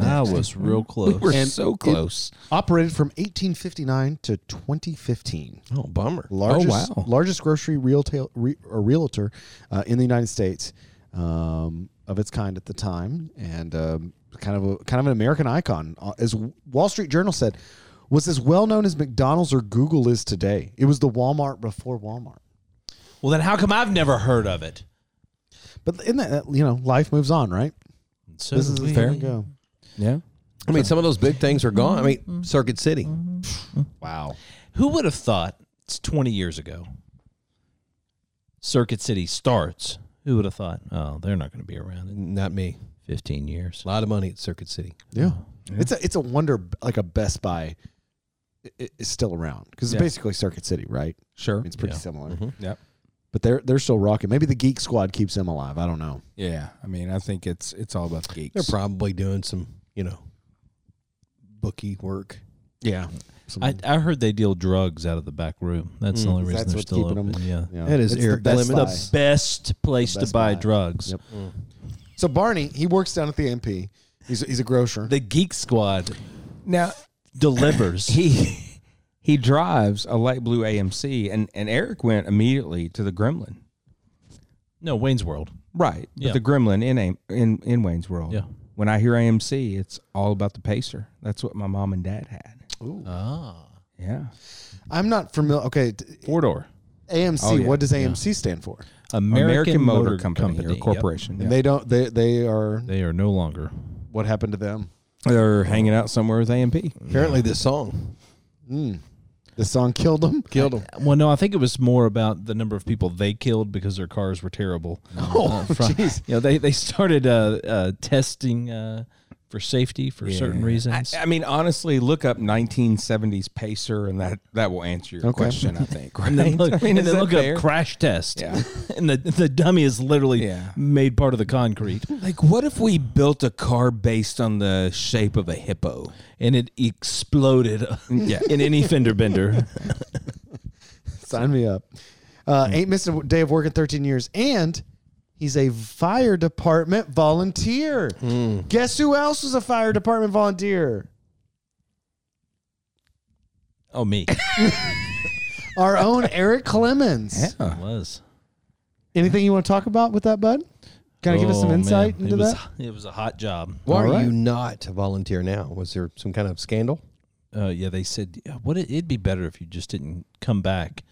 Speaker 3: I was real close.
Speaker 4: we're so close.
Speaker 2: Operated from 1859 to 2015.
Speaker 1: Oh, bummer.
Speaker 2: largest
Speaker 4: Oh, wow.
Speaker 2: largest grocery retail re, or realtor uh, in the United States um, of its kind at the time, and um, kind of a kind of an American icon. Uh, As Wall Street Journal said, was as well known as McDonald's or Google is today. It was the Walmart before Walmart.
Speaker 3: well, then how come I've never heard of it?
Speaker 2: But in that, you know, life moves on, right?
Speaker 3: So
Speaker 2: This is
Speaker 3: we-
Speaker 2: fair go.
Speaker 4: Yeah.
Speaker 1: I mean, some of those big things are gone. I
Speaker 2: Mm-hmm.
Speaker 1: mean, Circuit City.
Speaker 2: Wow.
Speaker 3: Who would have thought it's 20 years ago? Circuit City starts. Who would have thought? Oh, they're not going to be around in
Speaker 1: Not me.
Speaker 3: 15 years.
Speaker 1: A lot of money at Circuit City.
Speaker 2: Yeah. It's a it's a wonder like a Best Buy i- i- is still around because it's basically Circuit City, right? I
Speaker 4: Sure.
Speaker 2: mean, it's pretty similar.
Speaker 4: Yep.
Speaker 2: But they're they're still rocking. Maybe the Geek Squad keeps them alive. I don't know.
Speaker 4: Yeah. I mean, I think it's it's all about the
Speaker 1: They're
Speaker 4: geeks.
Speaker 1: probably doing some, you know, bookie work.
Speaker 2: Yeah,
Speaker 3: I, I heard they deal drugs out of the back room. That's the only reason
Speaker 2: Mm, that's
Speaker 3: they're
Speaker 2: what's
Speaker 3: still
Speaker 2: keeping
Speaker 3: open.
Speaker 2: them.
Speaker 3: Yeah.
Speaker 2: Yeah.
Speaker 1: That is
Speaker 2: It's the
Speaker 1: Eric
Speaker 2: Best
Speaker 1: Lemon.
Speaker 2: Buy.
Speaker 3: The best place
Speaker 2: Best
Speaker 3: to buy
Speaker 2: Buy.
Speaker 3: drugs.
Speaker 2: Yep. So Barney, he works down at the MP. He's he's a grocer.
Speaker 3: The Geek Squad
Speaker 4: Now
Speaker 3: delivers.
Speaker 4: he he drives a light blue AMC, and and Eric went immediately to the Gremlin.
Speaker 3: no, Wayne's World.
Speaker 4: Right.
Speaker 3: Yeah.
Speaker 4: But the Gremlin in Aim- in in Wayne's World.
Speaker 3: Yeah.
Speaker 4: When I hear AMC, it's all about the Pacer. That's what my mom and dad had.
Speaker 3: Ah.
Speaker 4: Yeah.
Speaker 2: I'm not familiar. Okay, d-
Speaker 3: Four door.
Speaker 2: AMC.
Speaker 4: Oh, yeah.
Speaker 2: What does AMC stand for?
Speaker 3: American,
Speaker 4: Motor, Company, or
Speaker 3: Yep.
Speaker 4: corporation.
Speaker 2: And they don't. They they are.
Speaker 3: They are no longer.
Speaker 2: What happened to them?
Speaker 4: They're hanging out somewhere with AMP.
Speaker 1: Apparently, this song
Speaker 2: The song killed them.
Speaker 1: killed him.
Speaker 3: Well, no, I think it was more about the number of people they killed because their cars were terrible. Oh, jeez. you know, they they started uh, uh, testing uh, for safety for certain reasons.
Speaker 4: I mean, honestly, look up 1970s Pacer, and that that will answer your question. I think. Right?
Speaker 3: and then look,
Speaker 4: I mean,
Speaker 3: and
Speaker 4: is
Speaker 3: then
Speaker 4: that
Speaker 3: look
Speaker 4: fair?
Speaker 3: up crash test.
Speaker 4: Yeah.
Speaker 3: and the the dummy is literally
Speaker 4: Yeah.
Speaker 3: made part of the concrete,
Speaker 4: Like, what if we built a car based on the shape of a hippo?
Speaker 3: and it exploded. uh,
Speaker 4: Yeah.
Speaker 3: in any fender bender.
Speaker 2: Sign me up. Uh, Ain't missed a day of work in 13 years, and he's a fire department volunteer. Guess who else was a fire department volunteer?
Speaker 3: oh, me
Speaker 2: Our own Eric Clemens.
Speaker 3: It was.
Speaker 2: Anything you want to talk about with that, bud? Can I give us some
Speaker 3: Oh, man.
Speaker 2: insight
Speaker 3: It
Speaker 2: into
Speaker 3: was-
Speaker 2: that?
Speaker 3: It was a hot job.
Speaker 1: Why are you not a volunteer now? Was there some kind of scandal?
Speaker 3: uh, yeah, they said "Yeah, what it, it'd be better if you just didn't come back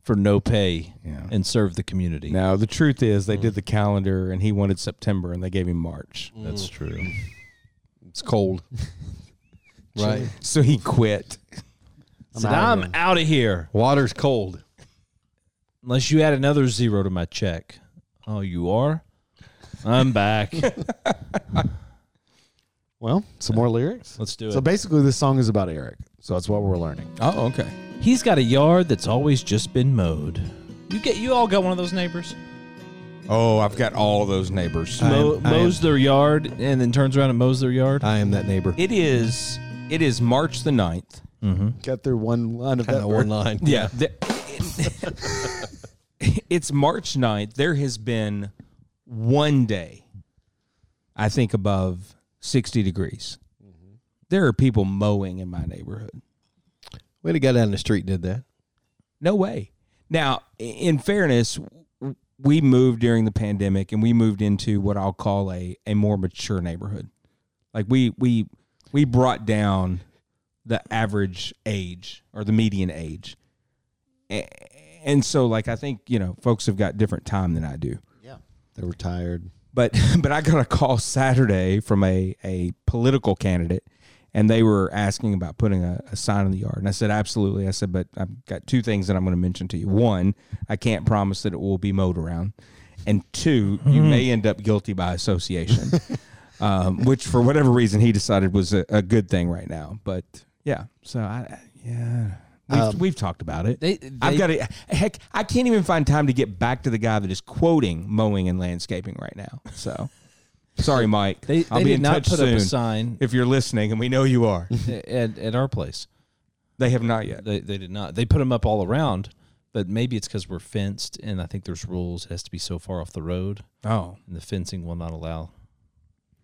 Speaker 3: for no pay
Speaker 4: Yeah.
Speaker 3: and serve the community.
Speaker 4: Now, the truth is, they did the calendar, and he wanted September, and they gave him March,
Speaker 3: That's true.
Speaker 1: It's cold. right.
Speaker 4: so he quit.
Speaker 3: Said, I'm out of here
Speaker 1: Water's cold.
Speaker 3: unless you add another zero to my check. Oh, you are. I'm back.
Speaker 2: Well, some more lyrics.
Speaker 3: Let's do
Speaker 2: So
Speaker 3: it.
Speaker 2: basically, this song is about Eric. So that's what we're learning.
Speaker 4: Oh, okay.
Speaker 3: He's got a yard that's always just been mowed. You get you all got one of those neighbors
Speaker 4: Oh, I've got all those neighbors.
Speaker 3: Mow,
Speaker 1: I am-
Speaker 3: mows their yard and then turns around and mows their yard.
Speaker 1: I am that neighbor.
Speaker 4: It is. It is March the 9th.
Speaker 2: Get through one line of
Speaker 1: Kind
Speaker 2: that.
Speaker 1: of
Speaker 2: verse.
Speaker 1: one line.
Speaker 4: Yeah. The- it's March 9th. There has been one day, I think, above 60 degrees. There are people mowing in my neighborhood.
Speaker 1: Way to go down the street and did that.
Speaker 4: No way. Now, i- in fairness, w- we moved during the pandemic and we moved into what I'll call a, a more mature neighborhood. Like we we we brought down the average age or the median age. A- And so like I think, you know, folks have got different time than I do.
Speaker 2: They were tired.
Speaker 4: But but I got a call Saturday from a, a political candidate and they were asking about putting a, a sign in the yard. And I said, absolutely. I said, but I've got two things that I'm going to mention to you. One, I can't promise that it will be mowed around. And two, you may end up guilty by association, um, which for whatever reason he decided was a, a good thing right now. But yeah, so I, yeah. We've, we've talked about it.
Speaker 3: they- they-
Speaker 4: I've got to heck. I can't even find time to get back to the guy that is quoting mowing and landscaping right now. So, sorry, Mike.
Speaker 3: They,
Speaker 4: I'll
Speaker 3: they
Speaker 4: be
Speaker 3: did
Speaker 4: in
Speaker 3: not
Speaker 4: touch
Speaker 3: put
Speaker 4: soon
Speaker 3: up a sign
Speaker 4: if you're listening, and we know you are.
Speaker 3: at, at our place.
Speaker 4: They have not yet.
Speaker 3: They, they did not. They put them up all around, but maybe it's because we're fenced, and I think there's rules. It has to be so far off the road,
Speaker 4: Oh,
Speaker 3: and the fencing will not allow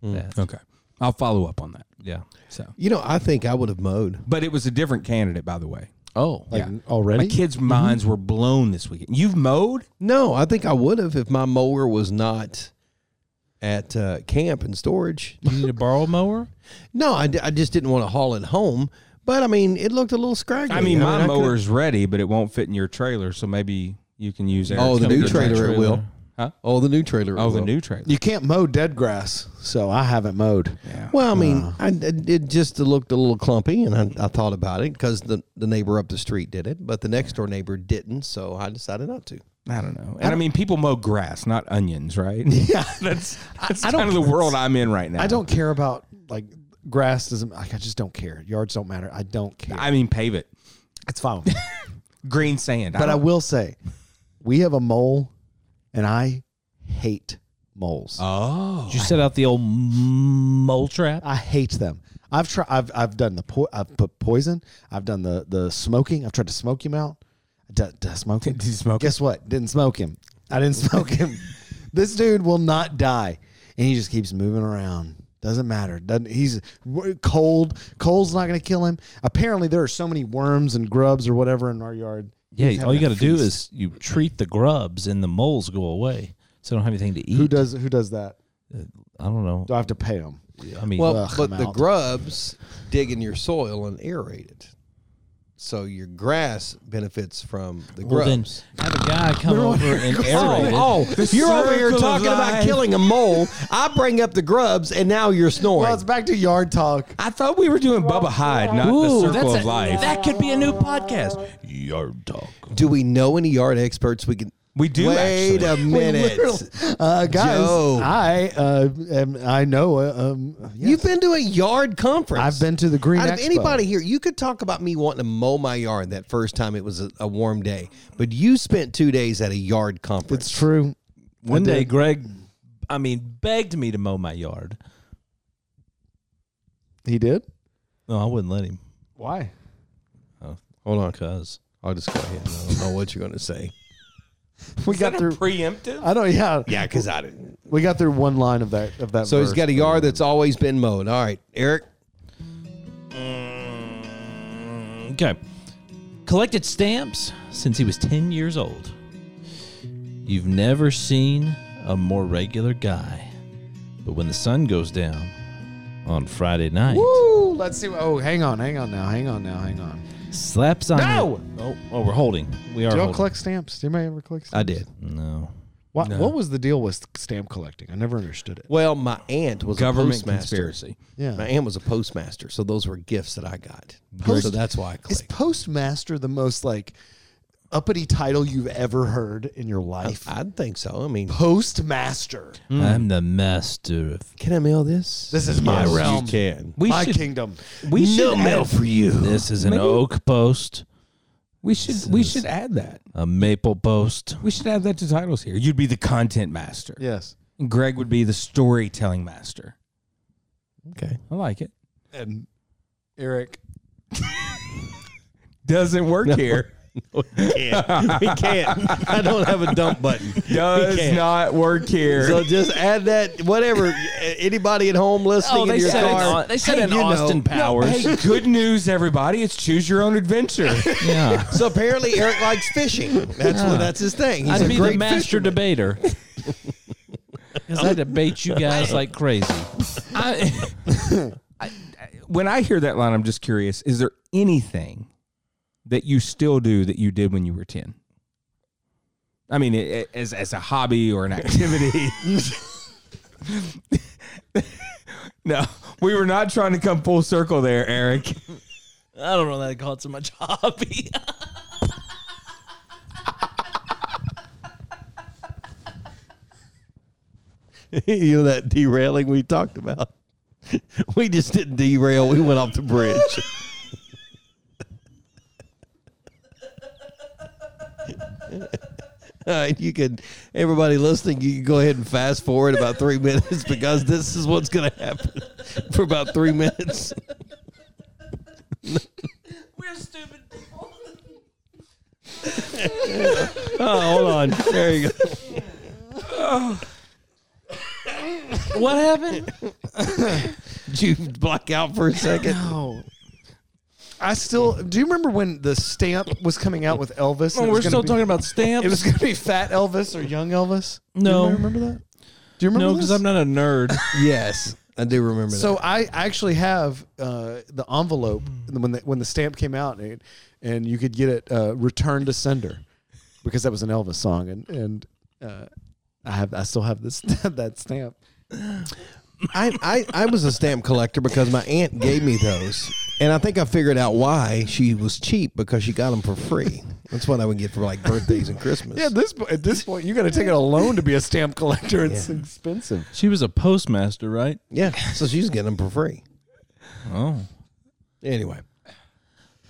Speaker 1: Mm.
Speaker 3: that.
Speaker 4: okay. I'll follow up on that.
Speaker 3: Yeah.
Speaker 4: So,
Speaker 1: You know, I think I would have mowed.
Speaker 4: but it was a different candidate, by the way.
Speaker 3: Oh,
Speaker 2: Like
Speaker 4: Yeah.
Speaker 2: already?
Speaker 4: My kids' minds were blown this weekend. You've mowed?
Speaker 1: No, I think I would have if my mower was not at uh, camp and storage.
Speaker 3: you need a borrow mower?
Speaker 1: No, I, d- I just didn't want to haul it home. But I mean, it looked a little scraggly.
Speaker 4: I mean, my
Speaker 1: I could've-
Speaker 4: mower's ready, but it won't fit in your trailer, so maybe you can use Eric's
Speaker 1: Oh, the
Speaker 4: company
Speaker 1: new
Speaker 4: to
Speaker 1: trailer it will.
Speaker 4: Huh?
Speaker 1: Oh, the new trailer. it
Speaker 4: Oh, the
Speaker 1: will.
Speaker 4: new trailer.
Speaker 2: you can't mow dead grass, so I haven't mowed.
Speaker 4: Yeah.
Speaker 1: Well, I mean, I, it it just looked a little clumpy, and I, I thought about it because the, the neighbor up the street did it, but the next door neighbor didn't, so I decided not to.
Speaker 4: I don't know. And I, mean, people mow grass, not onions, right?
Speaker 2: Yeah.
Speaker 4: that's that's
Speaker 2: I don't-
Speaker 4: kind of the world I'm in right now.
Speaker 2: I don't care about like grass doesn't like I just don't care. Yards don't matter. I don't care.
Speaker 4: I mean, pave it,
Speaker 2: it's fine. with me.
Speaker 4: green sand.
Speaker 2: but I
Speaker 4: don't-
Speaker 2: will say, we have a mole, and I hate moles.
Speaker 4: oh,
Speaker 3: Did you set out the old mole trap?
Speaker 2: I hate them. I've tried. I've I've done the po- I've put poison. I've done the the smoking. I've tried to smoke him out. Did, did I smoke him?
Speaker 4: Did you smoke him?
Speaker 2: Guess what? Didn't smoke him. I didn't smoke him. this dude will not die, and he just keeps moving around. Doesn't matter. Doesn't he's w- cold. Cold's not going to kill him. Apparently, there are so many worms and grubs or whatever in our yard. He's
Speaker 3: Yeah, all
Speaker 2: having
Speaker 3: you
Speaker 2: a
Speaker 3: got to do
Speaker 2: feast.
Speaker 3: is you treat the grubs, and the moles go away, so they don't have anything to eat.
Speaker 2: who does who does that?
Speaker 3: I don't know.
Speaker 2: Do I have to pay him?
Speaker 3: I mean,
Speaker 1: Well,
Speaker 2: Ugh,
Speaker 1: but
Speaker 2: I'm
Speaker 1: the
Speaker 2: out.
Speaker 1: grubs dig in your soil and aerate it. So your grass benefits from the
Speaker 3: well, then
Speaker 1: grubs.
Speaker 3: have a guy come over and aerate it.
Speaker 1: Oh, oh, you're over here
Speaker 4: circle of
Speaker 1: talking about
Speaker 4: life.
Speaker 1: killing a mole. I bring up the grubs, and now you're snoring.
Speaker 2: Well, it's back to yard talk.
Speaker 4: I thought we were doing Bubba Hyde, not the circle
Speaker 3: that's
Speaker 4: of
Speaker 3: a-
Speaker 4: life.
Speaker 3: That could be a new podcast. Yard talk.
Speaker 1: Do we know any yard experts we can?
Speaker 4: We do,
Speaker 1: Wait
Speaker 4: actually.
Speaker 1: a minute.
Speaker 2: Uh, guys,
Speaker 1: Joe.
Speaker 2: I uh, am, I know. uh, Um, yes.
Speaker 1: You've been to a yard conference.
Speaker 2: I've been to the Green
Speaker 1: Out of
Speaker 2: Expo.
Speaker 1: anybody here, you could talk about me wanting to mow my yard that first time it was a, a warm day, but you spent two days at a yard conference.
Speaker 2: It's true.
Speaker 3: One day, Greg, I mean, begged me to mow my yard.
Speaker 2: He did.
Speaker 3: No, I wouldn't let him.
Speaker 2: Why?
Speaker 1: Hold on,
Speaker 3: Cause
Speaker 1: I'll just go ahead. and I don't know what you're going to say.
Speaker 2: We got through.
Speaker 4: preemptive.
Speaker 2: I don't. Yeah.
Speaker 1: Yeah, because I didn't.
Speaker 2: We got through one line of that. Of that.
Speaker 1: So he's
Speaker 2: verse.
Speaker 1: got a yard that's always been mowed. All right, Eric.
Speaker 3: okay, collected stamps since he was ten years old. You've never seen a more regular guy, but when the sun goes down on Friday night,
Speaker 2: Woo! Let's see. Oh, hang on, hang on now, hang on now, hang on.
Speaker 3: slaps on.
Speaker 2: No!
Speaker 3: the- oh, oh, we're holding. We are.
Speaker 2: Do y'all
Speaker 3: holding.
Speaker 2: collect stamps? Do anybody ever collect? Stamps?
Speaker 1: I did.
Speaker 3: No.
Speaker 2: What, what was the deal with stamp collecting? I never understood it.
Speaker 1: Well, my aunt was a
Speaker 4: Government
Speaker 1: postmaster.
Speaker 4: conspiracy.
Speaker 2: Yeah.
Speaker 1: My aunt was a postmaster, so those were gifts that I got. so that's why I
Speaker 2: Is
Speaker 1: clicked.
Speaker 2: postmaster the most like uppity title you've ever heard in your life?
Speaker 1: I think so. I mean,
Speaker 2: postmaster.
Speaker 3: I'm the master of
Speaker 1: can I mail this?
Speaker 2: This is my realm.
Speaker 1: You can.
Speaker 3: We
Speaker 2: my
Speaker 3: should.
Speaker 2: kingdom.
Speaker 3: We should. add-
Speaker 1: for you.
Speaker 3: this is an oak post,
Speaker 4: We should we should add that.
Speaker 3: a maple post.
Speaker 4: We should add that to titles here. You'd be the content master.
Speaker 2: Yes.
Speaker 4: And Greg would be the storytelling master.
Speaker 1: Okay.
Speaker 4: I like it.
Speaker 2: And Eric.
Speaker 4: Doesn't work here.
Speaker 1: We can't. I don't have a dump button. We
Speaker 4: Does
Speaker 1: can't.
Speaker 4: not work here.
Speaker 1: So just add that, whatever. Anybody at home
Speaker 3: Oh,
Speaker 1: listening in your car, hey, you know.
Speaker 3: Powers.
Speaker 4: Hey, good news, everybody! It's choose your own adventure.
Speaker 3: yeah.
Speaker 1: So apparently Eric likes fishing. That's what that's his thing. He's
Speaker 3: I'd
Speaker 1: a
Speaker 3: be the
Speaker 1: great
Speaker 3: master
Speaker 1: fisherman.
Speaker 3: debater. Because I debate you guys like crazy.
Speaker 4: I, I, when I hear that line, I'm just curious: Is there anything that you still do that you did when you were ten? I mean, i- i- as as a hobby or an activity. no, we were not trying to come full circle there, Eric.
Speaker 3: I don't know that I call it so much hobby.
Speaker 1: you know that derailing we talked about. We just didn't derail. We went off the bridge. All right, you can. Everybody listening, you can go ahead and fast forward about three minutes because this is what's going to happen for about three minutes.
Speaker 3: We're stupid people. Oh, hold on. There you go. what happened?
Speaker 1: Did you black out for a second?
Speaker 2: Oh. I still do you remember when the stamp was coming out with Elvis? and it
Speaker 3: we're
Speaker 2: was gonna
Speaker 3: still
Speaker 2: be-
Speaker 3: talking about stamps.
Speaker 2: It was going to be Fat Elvis or Young Elvis.
Speaker 3: No.
Speaker 2: do you remember that? Do you remember?
Speaker 3: no, because
Speaker 2: this?
Speaker 3: I'm not a nerd.
Speaker 1: Yes, I do remember
Speaker 2: So I actually have uh, the envelope
Speaker 3: Mm.
Speaker 2: when the, when the stamp came out, and, and you could get it uh, returned to sender because that was an Elvis song, and and uh, I have I still have this that stamp.
Speaker 1: I, I, I was a stamp collector because my aunt gave me those. And I think I figured out why she was cheap because she got them for free. That's what I would get for like birthdays and Christmas.
Speaker 2: Yeah, this po- at this point you got to take out a loan to be a stamp collector. It's expensive.
Speaker 3: She was a postmaster, right?
Speaker 1: Yeah. So she's getting them for free.
Speaker 3: Oh.
Speaker 1: Anyway.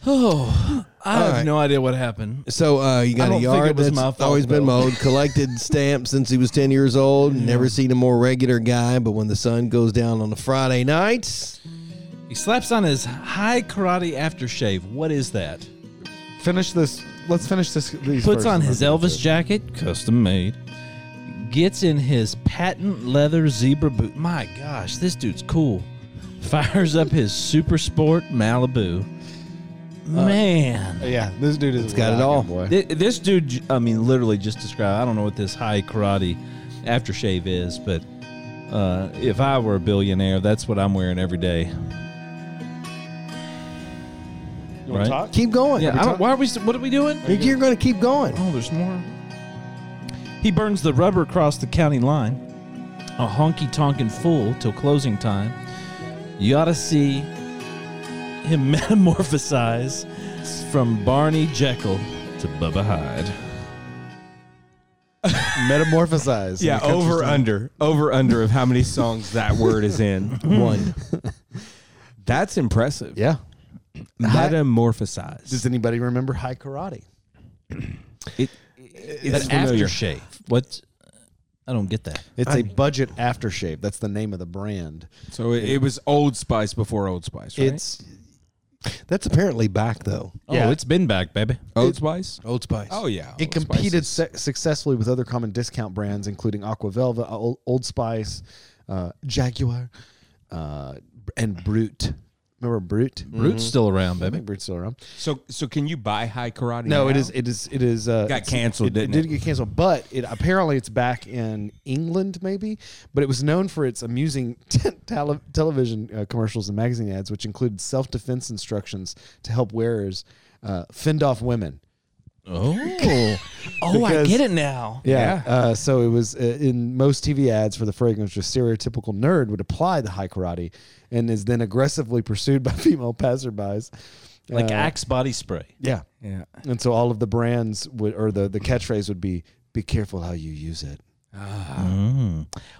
Speaker 3: Oh, I have
Speaker 1: right.
Speaker 3: no idea what happened.
Speaker 1: So uh, you got
Speaker 3: I
Speaker 1: a
Speaker 3: don't think
Speaker 1: yard
Speaker 3: it was
Speaker 1: that's
Speaker 3: my fault,
Speaker 1: always been
Speaker 3: though.
Speaker 1: mowed, collected stamps since he was 10 years old, never seen a more regular guy. But when the sun goes down on a Friday night,
Speaker 3: He slaps on his high karate aftershave. What is that?
Speaker 2: Finish this. Let's finish this. These
Speaker 3: Puts
Speaker 2: first.
Speaker 3: on his Elvis jacket, custom made. Gets in his patent leather zebra boot. My gosh, this dude's cool. Fires up his super sport Malibu. Uh, Man.
Speaker 2: Yeah, this dude has
Speaker 1: got it all.
Speaker 2: Boy.
Speaker 3: Th- This dude, j- I mean, literally just described. I don't know what this high karate aftershave is, but uh, if I were a billionaire, that's what I'm wearing every day.
Speaker 2: You wanna
Speaker 3: Right.
Speaker 2: talk?
Speaker 1: keep going.
Speaker 3: Yeah, I don't, why are we? s- What are we doing?
Speaker 1: You're going to keep going.
Speaker 3: Oh, there's more. He burns the rubber across the county line, a honky tonkin' fool till closing time. You ought to see him metamorphosize from Barney Jekyll to Bubba Hyde.
Speaker 2: Metamorphosize.
Speaker 4: Yeah, over under over under of how many songs that word is in one. That's impressive.
Speaker 2: Yeah.
Speaker 4: Metamorphosized.
Speaker 2: Does anybody remember high karate?
Speaker 3: It's aftershave. What? I don't get that.
Speaker 2: It's a budget aftershave. That's the name of the brand.
Speaker 4: So it, it was Old Spice before Old Spice, right?
Speaker 2: It's
Speaker 1: That's apparently back, though.
Speaker 2: Yeah.
Speaker 3: Oh, it's been back, baby.
Speaker 4: Old Spice.
Speaker 1: Old Spice.
Speaker 4: Oh yeah,
Speaker 2: it
Speaker 4: Old Spice
Speaker 2: competed
Speaker 4: is-
Speaker 2: se- successful with other common discount brands, including Aquavelva, Old, Old Spice, uh, Jaguar, uh, and Brute. Remember Brute?
Speaker 3: Root's still around,
Speaker 2: I
Speaker 3: baby.
Speaker 2: think Brute's still around.
Speaker 4: So so can you buy high karate?
Speaker 2: No, it
Speaker 4: now?
Speaker 2: is. It is. It is. Uh,
Speaker 4: Got
Speaker 2: it's-
Speaker 4: canceled,
Speaker 2: It,
Speaker 4: didn't
Speaker 2: it
Speaker 4: it?
Speaker 2: did get canceled, but it apparently it's back in England, maybe. But it was known for its amusing tele- television uh, commercials and magazine ads, which included self-defense instructions to help wearers uh, fend off women.
Speaker 3: Oh, oh, I
Speaker 2: Because-
Speaker 3: get it now.
Speaker 2: Yeah. Uh, so it was uh, in most TV ads for the fragrance. Your stereotypical nerd would apply the high karate, and is then aggressively pursued by female passerbys.
Speaker 3: Like
Speaker 2: Uh,
Speaker 3: Axe body spray.
Speaker 2: yeah.
Speaker 4: Yeah.
Speaker 2: And so all of the brands would, or the the catchphrase would be, "Be careful how you use it."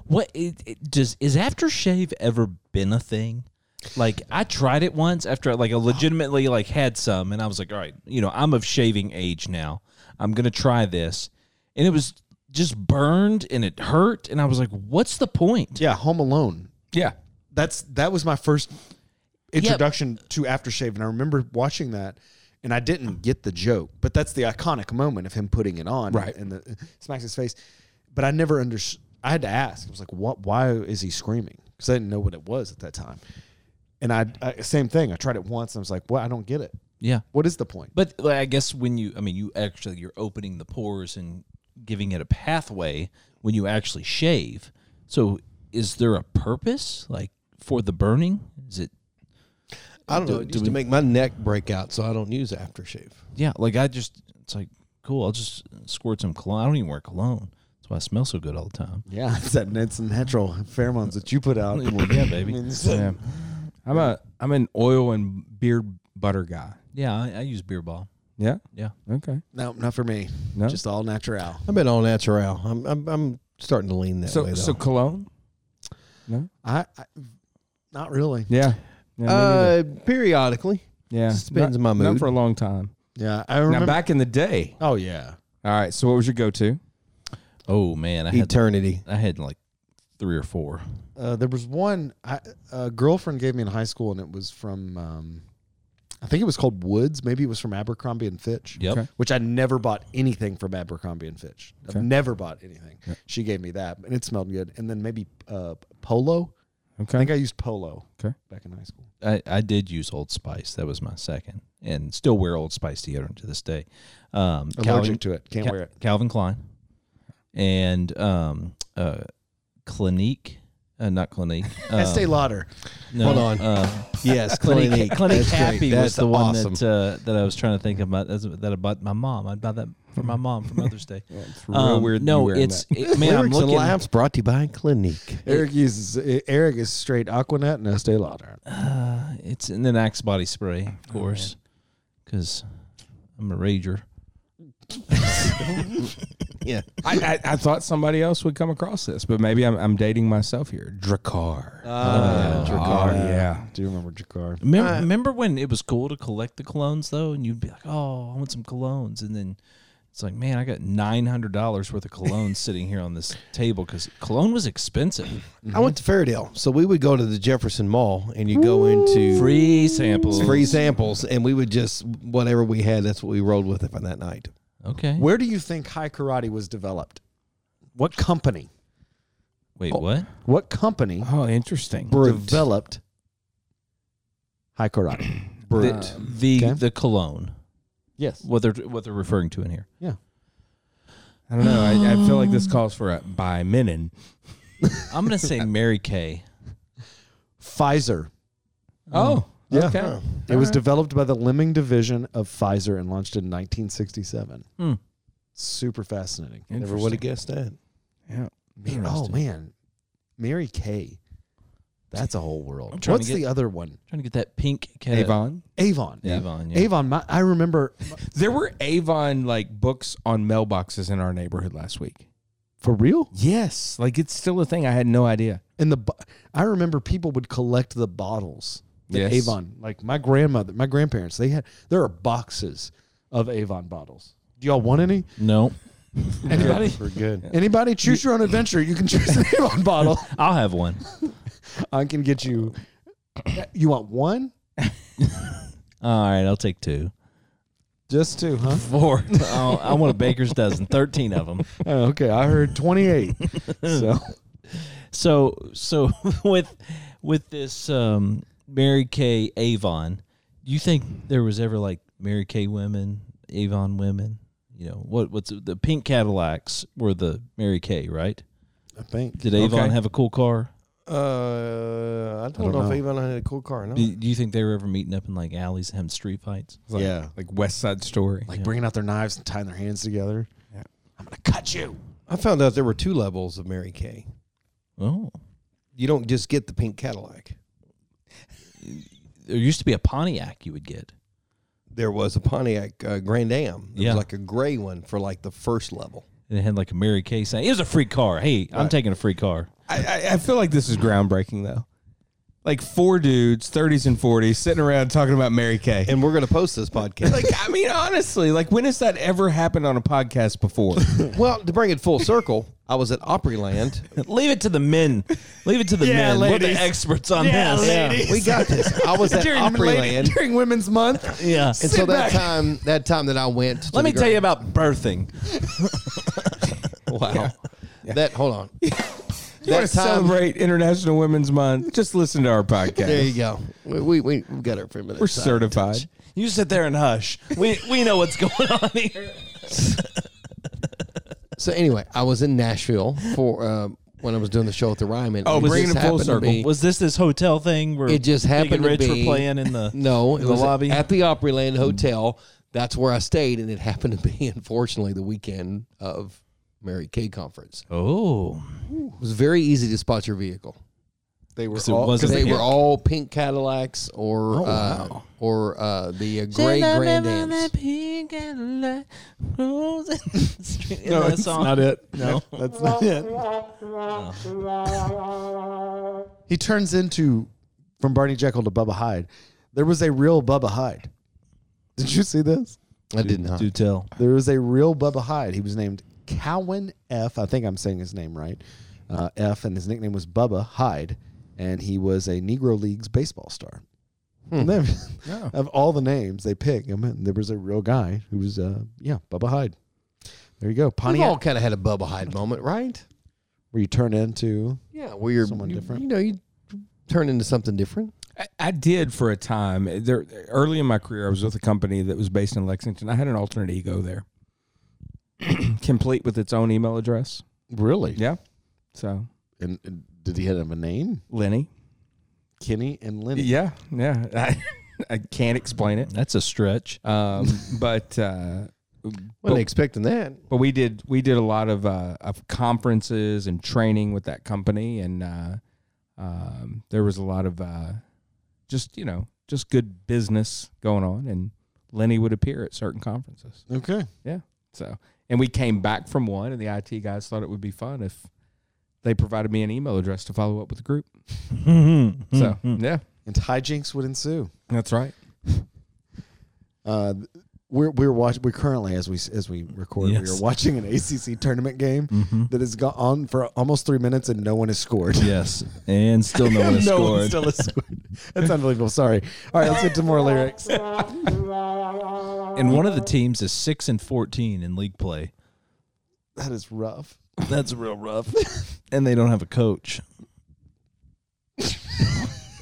Speaker 3: What it, it, does is aftershave ever been a thing? Like I tried it once after like I legitimately like had some, and I was like, all right, you know, I'm of shaving age now. I'm gonna try this, and it was just burned and it hurt, and I was like, what's the point?
Speaker 2: Yeah, Home Alone.
Speaker 4: Yeah.
Speaker 2: That's that was my first introduction to aftershave, and I remember watching that, and I didn't get the joke, but that's the iconic moment of him putting it on,
Speaker 4: Right.
Speaker 2: And the smacks his face, but I never understood. I had to ask. I was like, "What? Why is he screaming?" Because I didn't know what it was at that time. And I, I same thing. I tried it once, and I was like, "Well, I don't get it.
Speaker 3: yeah.
Speaker 2: What is the point?"
Speaker 3: But well, I guess when you, I mean, you actually you're opening the pores and giving it a pathway when you actually shave. So is there a purpose like for the burning? Is it?
Speaker 1: I don't know. It used to make my neck break out, so I don't use aftershave.
Speaker 3: Yeah, like I just it's like cool. I'll just squirt some cologne. I don't even wear cologne. That's why I smell so good all the time.
Speaker 2: Yeah, it's that it's natural pheromones that you put out.
Speaker 3: Well, yeah, baby.
Speaker 4: Yeah. I'm a I'm an oil and beard butter guy.
Speaker 3: Yeah, I, I use beer ball.
Speaker 4: Yeah.
Speaker 3: Yeah.
Speaker 4: Okay.
Speaker 2: no, not for me.
Speaker 4: No?
Speaker 2: Just all natural.
Speaker 1: I've been all natural. I'm, I'm, I'm starting to lean that way,
Speaker 4: So
Speaker 1: though.
Speaker 4: so cologne.
Speaker 2: I, I not really.
Speaker 4: Yeah. Yeah. me neither.
Speaker 1: uh, periodically.
Speaker 4: yeah.
Speaker 1: just depends
Speaker 4: not,
Speaker 1: on my
Speaker 4: Not
Speaker 1: mood.
Speaker 4: for a long time.
Speaker 2: Yeah, I
Speaker 4: Now
Speaker 2: remember.
Speaker 4: back in the day.
Speaker 2: oh yeah,
Speaker 4: All right. So what was your go to?
Speaker 3: Oh man, I had
Speaker 1: Eternity.
Speaker 3: I had like three or four.
Speaker 2: uh, there was one I, a girlfriend gave me in high school, and it was from um, I think it was called Woods. Maybe it was from Abercrombie and Fitch.
Speaker 3: Yep. Okay.
Speaker 2: Which I never bought anything from Abercrombie and Fitch. I've never bought anything. She gave me that, and it smelled good. And then maybe uh, Polo. I think
Speaker 4: Okay.
Speaker 2: I used Polo.
Speaker 4: Okay.
Speaker 2: Back in high school.
Speaker 3: I, I did use Old Spice. That was my second, and still wear Old Spice deodorant to this day. Um,
Speaker 2: Allergic to it. Can't
Speaker 3: Ca-
Speaker 2: wear it.
Speaker 3: Calvin Klein and um, uh, Clinique, uh, not Clinique. Um,
Speaker 2: Estee Lauder.
Speaker 3: no,
Speaker 1: Hold on.
Speaker 3: uh,
Speaker 1: Yes,
Speaker 3: Clinique,
Speaker 1: Clinique.
Speaker 3: Clinique,
Speaker 1: That's great.
Speaker 3: Happy was
Speaker 1: That's
Speaker 3: the one
Speaker 1: awesome.
Speaker 3: that uh, that I was trying to think about. That's, that I bought my mom. I bought that for my mom for Mother's Day. Um,
Speaker 4: It's real weird. you
Speaker 3: No,
Speaker 4: wearing
Speaker 3: it's
Speaker 4: that.
Speaker 3: it, man. I'm
Speaker 1: Lyrics and
Speaker 3: looking.
Speaker 1: laughs brought to you by Clinique.
Speaker 2: Eric uses Eric is straight Aquanet and Estee Lauder.
Speaker 3: Uh, it's and then Axe body
Speaker 1: Oh,
Speaker 3: spray, of course, because I'm a rager.
Speaker 1: Yeah.
Speaker 4: I, I, I thought somebody else would come across this, but maybe I'm, I'm dating myself here. Dracar.
Speaker 3: Oh,
Speaker 1: Uh,
Speaker 4: Dracar. yeah.
Speaker 2: Do you remember Jakar?
Speaker 3: Remember, remember when it was cool to collect the colognes though, and you'd be like, "Oh, I want some colognes," and then it's like, "Man, I got nine hundred dollars worth of colognes sitting here on this table because cologne was expensive."
Speaker 1: I went to Fairdale, so we would go to the Jefferson Mall, and you go into
Speaker 3: Free samples,
Speaker 1: free samples, and we would just whatever we had, that's what we rolled with on that night.
Speaker 3: Okay,
Speaker 2: Where do you think high karate was developed? What company?
Speaker 3: wait, what?
Speaker 2: What company
Speaker 4: Oh, interesting.
Speaker 1: Brute,
Speaker 2: developed high karate?
Speaker 1: brute.
Speaker 3: The
Speaker 2: Okay.
Speaker 3: the cologne,
Speaker 2: yes.
Speaker 3: what they're what they're referring to in here.
Speaker 4: I don't know. I, I feel like this calls for a by Menon.
Speaker 3: I'm gonna say Mary Kay.
Speaker 2: Pfizer.
Speaker 4: Oh,
Speaker 2: Yeah.
Speaker 4: okay.
Speaker 2: It was developed by the Lemming division of Pfizer and launched in 1967.
Speaker 3: Hmm.
Speaker 2: Super fascinating.
Speaker 1: Never would have guessed that.
Speaker 4: Yeah.
Speaker 2: Man, oh man, Mary Kay. That's a whole world.
Speaker 3: I'm trying to
Speaker 2: What's
Speaker 3: get-
Speaker 2: the other one?
Speaker 3: trying to get that pink cat.
Speaker 4: Avon.
Speaker 2: Avon.
Speaker 3: Avon. Yeah.
Speaker 2: Avon. My, I remember
Speaker 4: There were Avon like books on mailboxes in our neighborhood last week.
Speaker 2: for real.
Speaker 4: Yes, like it's still a thing. I had no idea.
Speaker 2: And the bo- I remember people would collect the bottles. The
Speaker 4: Yes.
Speaker 2: Avon. Like my grandmother, my grandparents, they had there are boxes of Avon bottles. Do y'all want any?
Speaker 3: No,
Speaker 2: Anybody?
Speaker 1: We're good.
Speaker 2: Anybody choose your own adventure. You can choose an Avon bottle.
Speaker 3: I'll have one.
Speaker 2: I can get you you want one?
Speaker 3: All right, I'll take two.
Speaker 2: Just two, huh?
Speaker 3: Four. Oh, I want a baker's dozen. Thirteen of them.
Speaker 2: Oh, okay, I heard 28. so,
Speaker 3: So so with with this um, Mary Kay Avon, do you think there was ever like Mary Kay women, Avon women? You know what? What's the pink Cadillacs were the Mary Kay, right?
Speaker 2: I think
Speaker 3: Did Avon
Speaker 4: Okay.
Speaker 3: have a cool car?
Speaker 1: Uh, I don't, know,
Speaker 2: know.
Speaker 1: if Avon had a cool car.
Speaker 2: Oh.
Speaker 1: No.
Speaker 3: Do, do you think they were ever meeting up in like alleys and having street fights?
Speaker 4: It's like,
Speaker 2: Yeah.
Speaker 4: like West Side Story.
Speaker 2: like bringing out their knives and tying their hands together.
Speaker 4: Yeah.
Speaker 2: I'm going to cut you.
Speaker 1: I found out there were two levels of Mary Kay.
Speaker 3: Oh,
Speaker 1: You don't just get the pink Cadillac.
Speaker 3: there used to be a Pontiac you would get.
Speaker 1: There was a Pontiac uh, Grand Am. It
Speaker 3: Yeah.
Speaker 1: was like a gray one for like the first level.
Speaker 3: And it had like a Mary Kay sign. It was a free car. Hey, I'm taking a free car.
Speaker 4: I, I, I feel like this is groundbreaking though. Like four dudes, thirties and forties, sitting around talking about Mary Kay.
Speaker 1: And we're going to post this podcast.
Speaker 4: like, I mean, honestly, like when has that ever happened on a podcast before?
Speaker 1: Well, to bring it full circle, I was at Opryland.
Speaker 3: Leave it to the men. Leave it to the
Speaker 2: Yeah,
Speaker 3: men. We're
Speaker 2: ladies.
Speaker 3: the experts on
Speaker 2: Yeah,
Speaker 3: this.
Speaker 2: ladies.
Speaker 1: We got this. I was at
Speaker 2: During, lady,
Speaker 1: Opryland,
Speaker 2: during Women's Month.
Speaker 3: Yeah.
Speaker 1: and so that time, that time that I went, to
Speaker 3: Let me
Speaker 1: the
Speaker 3: tell you about birthing.
Speaker 1: you, wow, that hold on,
Speaker 4: you
Speaker 1: that
Speaker 4: want to celebrate International Women's Month? Just listen to our
Speaker 1: there
Speaker 4: podcast.
Speaker 1: you go. We we, we got it for a minute.
Speaker 4: We're certified.
Speaker 3: You sit there and hush. We we know what's going on here.
Speaker 1: So anyway, I was in Nashville for um, when I was doing the show at the Ryman.
Speaker 4: Oh,
Speaker 1: It
Speaker 4: bringing
Speaker 1: just
Speaker 4: it
Speaker 1: happened
Speaker 4: full
Speaker 1: to
Speaker 4: circle.
Speaker 1: be-
Speaker 3: Was this this hotel thing where
Speaker 1: It just
Speaker 3: Big and
Speaker 1: happened to
Speaker 3: Rich
Speaker 1: be-
Speaker 3: were playing in the
Speaker 1: No, it
Speaker 3: in the
Speaker 1: was
Speaker 3: lobby?
Speaker 1: at the Opryland Hotel. That's where I stayed, and it happened to be, unfortunately, the weekend of Mary Kay conference.
Speaker 3: oh
Speaker 1: It was very easy to spot your vehicle.
Speaker 2: They were
Speaker 3: it
Speaker 2: all,
Speaker 3: wasn't
Speaker 1: They
Speaker 3: the-
Speaker 1: were all pink Cadillacs or uh, or uh, the uh, gray Grand Ams.
Speaker 3: no,
Speaker 2: no,
Speaker 3: that
Speaker 2: that's
Speaker 3: song.
Speaker 2: not it.
Speaker 3: No.
Speaker 2: That's not it. he turns into from Barney Jekyll to Bubba Hyde. There was a real Bubba Hyde. Did you see this?
Speaker 1: I did not.
Speaker 3: Do tell.
Speaker 2: There was a real Bubba Hyde. He was named Cowan F. I think I'm saying his name right. Uh, F, and his nickname was Bubba Hyde, and he was a Negro Leagues baseball star. And then, of all the names they pick, I mean, there was a real guy who was, uh, yeah, Bubba Hyde. There you go,
Speaker 1: We've
Speaker 2: Pontiac,
Speaker 1: all kind of had a Bubba Hyde moment, right?
Speaker 2: where you turn into.
Speaker 1: Yeah, where you're
Speaker 2: Someone
Speaker 1: you-
Speaker 2: different.
Speaker 1: You know, you turn into something different.
Speaker 4: I, I did for a time. There, early in my career, I was with a company that was based in Lexington. I had an alternate ego there, complete with its own email address.
Speaker 2: Really?
Speaker 4: Yeah. So
Speaker 2: And, and did he have a name?
Speaker 4: Lenny.
Speaker 2: Kenny and Lenny.
Speaker 4: Yeah, yeah. I, I can't explain it.
Speaker 3: That's a stretch.
Speaker 4: Um, but uh,
Speaker 1: Wasn't
Speaker 4: But-
Speaker 1: expecting that.
Speaker 4: but we did we did a lot of uh, of conferences and training with that company, and uh, um, there was a lot of uh, just you know just good business going on, and Lenny would appear at certain conferences.
Speaker 2: Okay.
Speaker 4: So, and we came back from one, and the IT guys thought it would be fun if they provided me an email address to follow up with the group. So, yeah,
Speaker 2: And hijinks would ensue.
Speaker 4: that's right.
Speaker 2: Uh, we're we're watching. We're currently as we as we record, we
Speaker 3: Yes.
Speaker 2: are watching an ACC tournament game
Speaker 3: Mhm.
Speaker 2: that has gone on for almost three minutes and no one has scored.
Speaker 3: yes, and still no one has
Speaker 2: no one
Speaker 3: scored.
Speaker 2: still has scored. That's unbelievable. Sorry. All right, let's get to more lyrics.
Speaker 3: and one of the teams is six and fourteen in league play.
Speaker 2: That is rough.
Speaker 3: That's real rough. and they don't have a coach.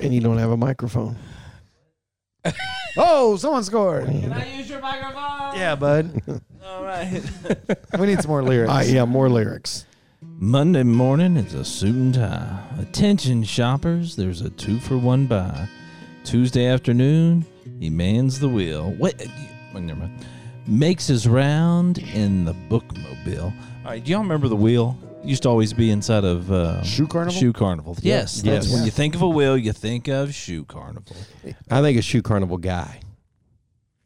Speaker 1: And you don't have a microphone.
Speaker 2: Oh, someone scored. Can I use your microphone? Yeah, bud.
Speaker 3: All right.
Speaker 2: We need some more lyrics.
Speaker 1: Ah, yeah, more lyrics.
Speaker 3: Monday morning is a suit and tie. Attention shoppers, there's a two for one buy. Tuesday afternoon, he mans the wheel. Wait, uh, you- oh, never mind. Makes his round in the bookmobile. All right, do y'all remember the wheel? It used to always be inside of uh,
Speaker 2: Shoe Carnival?
Speaker 3: Shoe Carnival. Yes, that's
Speaker 1: Yes.
Speaker 3: when you think of a wheel, you think of Shoe Carnival.
Speaker 1: I think a shoe carnival guy.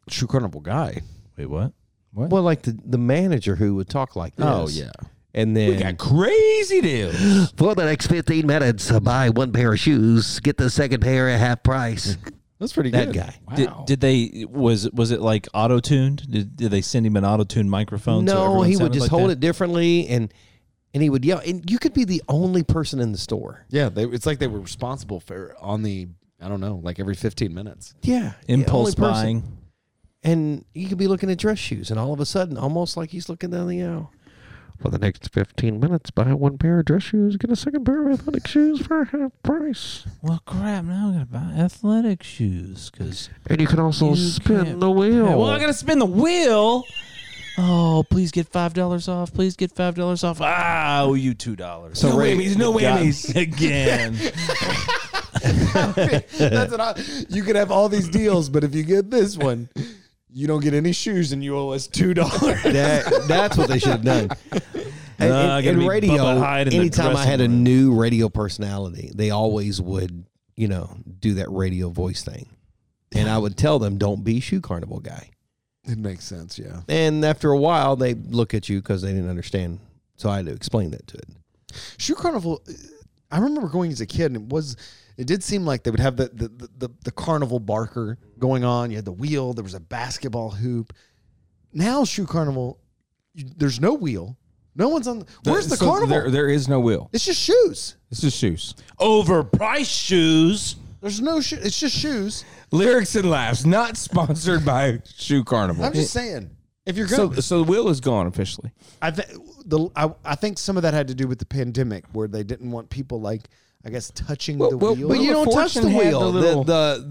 Speaker 2: Shoe Carnival guy.
Speaker 3: Wait, what?
Speaker 1: Well, like the, the manager who would talk like this. And then
Speaker 4: crazy deals.
Speaker 1: for the next 15 minutes, uh, buy one pair of shoes, get the second pair at half price.
Speaker 2: That's pretty
Speaker 1: That
Speaker 2: good.
Speaker 1: guy.
Speaker 3: Did, did they was was it like auto tuned? Did, did they send him an auto tuned microphone? so
Speaker 1: No,
Speaker 3: everyone
Speaker 1: he would
Speaker 3: sounded
Speaker 1: just
Speaker 3: like
Speaker 1: hold
Speaker 3: that?
Speaker 1: it differently and and he would yell. And you could be the only person in the store.
Speaker 2: Yeah, they, it's like they were responsible for on the I don't know, like every 15 minutes.
Speaker 1: Yeah. the
Speaker 3: impulse
Speaker 1: only person.
Speaker 3: buying.
Speaker 1: And you could be looking at dress shoes and all of a sudden, almost like he's looking down the aisle. For the next 15 minutes, buy one pair of dress shoes, get a second pair of athletic shoes for half price.
Speaker 3: Well, crap! Now I'm gonna buy athletic shoes because
Speaker 1: And you can also
Speaker 3: You spin can't- the
Speaker 1: wheel.
Speaker 3: Oh, well, I'm gonna spin the wheel. Oh, please get five dollars off! Please get five dollars off! Ah, I owe you two dollars.
Speaker 1: So Ray-
Speaker 4: no
Speaker 3: Got me again.
Speaker 2: That's what I, you could have all these deals, but if you get this one, you don't get any shoes and you owe us two dollars.
Speaker 1: That, that's what they should have done. And,
Speaker 3: Nah, I
Speaker 1: and-
Speaker 3: gotta
Speaker 1: and
Speaker 3: be
Speaker 1: radio,
Speaker 3: Bubba Hyde in the
Speaker 1: anytime I
Speaker 3: dressing
Speaker 1: had a
Speaker 3: room.
Speaker 1: new radio personality, they always would, you know, do that radio voice thing. And I would tell them, don't be shoe carnival guy.
Speaker 2: It makes sense, yeah.
Speaker 1: And after a while, they look at you because they didn't understand. So I had to explain that to it.
Speaker 2: Shoe Carnival. uh, I remember going as a kid, and it was. It did seem like they would have the the, the, the the carnival barker going on. You had the wheel. There was a basketball hoop. Now shoe carnival, you, there's no wheel. No one's on. The, where's the
Speaker 4: So
Speaker 2: carnival?
Speaker 4: There, there is no wheel.
Speaker 2: it's just shoes.
Speaker 4: It's just shoes.
Speaker 3: Overpriced shoes.
Speaker 2: There's no. Sho- it's just shoes.
Speaker 4: Lyrics and laughs, not sponsored by Shoe Carnival.
Speaker 2: I'm just saying. If you're
Speaker 4: so
Speaker 2: going, to
Speaker 4: so the wheel is gone officially.
Speaker 2: I think the I, I think some of that had to do with the pandemic, where they didn't want people like I guess touching
Speaker 4: Well,
Speaker 2: the
Speaker 4: well,
Speaker 2: wheel.
Speaker 4: but
Speaker 1: But you
Speaker 4: Wheel of
Speaker 1: don't touch the
Speaker 4: Fortune had the
Speaker 1: wheel. The,
Speaker 4: little-
Speaker 1: the,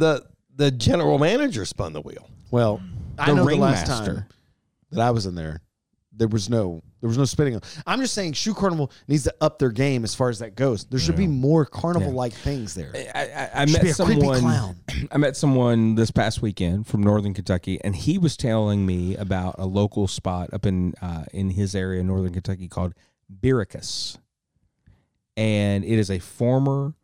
Speaker 1: the, the general manager spun the wheel.
Speaker 2: Well, I know the last
Speaker 4: ringmaster.
Speaker 2: time that I was in there, there was no there was no spinning. on- I'm just saying, Shoe Carnival needs to up their game as far as that goes. There should be more carnival like things there.
Speaker 4: I, I, I
Speaker 2: Should
Speaker 4: met
Speaker 2: be a creepy
Speaker 4: someone.
Speaker 2: clown.
Speaker 4: I met someone this past weekend from Northern Kentucky, and he was telling me about a local spot up in uh, in his area, in Northern Kentucky, called Biricus, and it is a former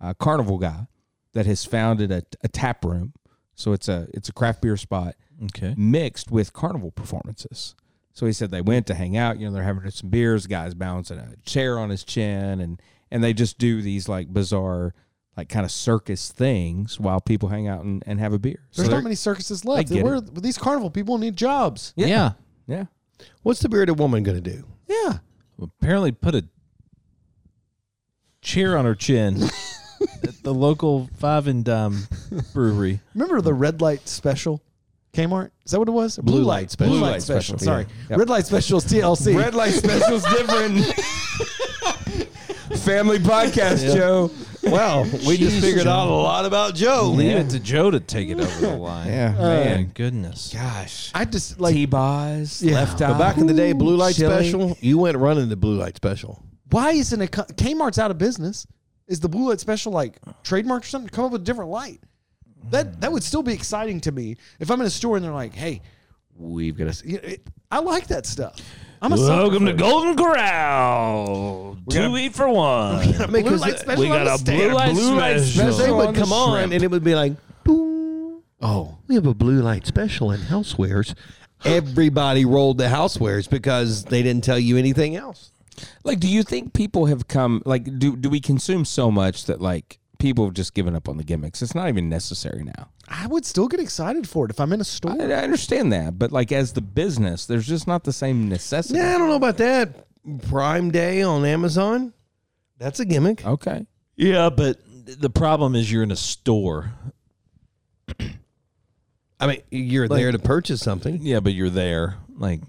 Speaker 4: uh, carnival guy that has founded a, a tap room. So it's a it's a craft beer spot
Speaker 3: Okay.
Speaker 4: mixed with carnival performances. So he said they went to hang out. You know, they're having some beers. Guys bouncing a chair on his chin, and and they just do these like bizarre, like kind of circus things while people hang out and, and have a beer. So
Speaker 2: There's
Speaker 4: they're-
Speaker 2: not many circuses left.
Speaker 4: get it.
Speaker 2: Where- these carnival people need jobs.
Speaker 3: Yeah.
Speaker 4: yeah,
Speaker 1: What's the bearded woman going to do?
Speaker 2: Yeah,
Speaker 3: Apparently, put a chair on her chin. at the local five and um brewery.
Speaker 2: Remember the red light special? Kmart? Is that what it was? Blue,
Speaker 1: light special.
Speaker 2: Blue
Speaker 1: Blue
Speaker 2: light,
Speaker 1: light
Speaker 2: special.
Speaker 1: special,
Speaker 2: Sorry.
Speaker 1: yeah. Yep.
Speaker 2: Red light specials TLC.
Speaker 4: Red light special's different. Family podcast, Joe.
Speaker 1: Well, we just figured out a lot about Joe.
Speaker 3: Leave it to Joe to take it over the line.
Speaker 4: Yeah,
Speaker 3: man, goodness.
Speaker 4: Gosh.
Speaker 2: I just like
Speaker 4: T-Boz,
Speaker 2: Yeah.
Speaker 4: left eye.
Speaker 1: But back in the day, blue light
Speaker 4: Chili.
Speaker 1: special, you went running the blue light special.
Speaker 2: why isn't it co- Kmart's out of business? Is the blue light special like trademarked or something? Come up with a different light. That that would still be exciting to me if I'm in a store and they're like, "Hey, we've got to." It, I like that stuff. I'm a sucker
Speaker 3: Welcome
Speaker 2: for
Speaker 3: to
Speaker 2: it.
Speaker 3: Golden Corral. Two eat for one.
Speaker 1: I mean,
Speaker 2: Blue
Speaker 1: 'cause
Speaker 2: light
Speaker 1: it-
Speaker 2: special
Speaker 3: We
Speaker 2: on
Speaker 3: got
Speaker 2: the
Speaker 3: a
Speaker 2: stand.
Speaker 3: blue light
Speaker 4: Blue light
Speaker 3: special.
Speaker 1: they
Speaker 4: special.
Speaker 1: would
Speaker 4: on the
Speaker 1: come on
Speaker 4: shrimp.
Speaker 1: and it would be like, boom.
Speaker 2: Oh,
Speaker 1: We have a blue light special in housewares. Everybody rolled the housewares because they didn't tell you anything else.
Speaker 4: Like, do you think people have come? Like, do do we consume so much that like people have just given up on the gimmicks? It's not even necessary now.
Speaker 2: I would still get excited for it if I'm in a store.
Speaker 4: I, I understand that, but like as the business, there's just not the same necessity.
Speaker 1: Yeah, I don't know about that. Prime Day on Amazon. That's a gimmick.
Speaker 4: Okay.
Speaker 3: Yeah, but the problem is you're in a store.
Speaker 1: I mean, you're there to purchase something.
Speaker 3: Yeah, but you're there. Like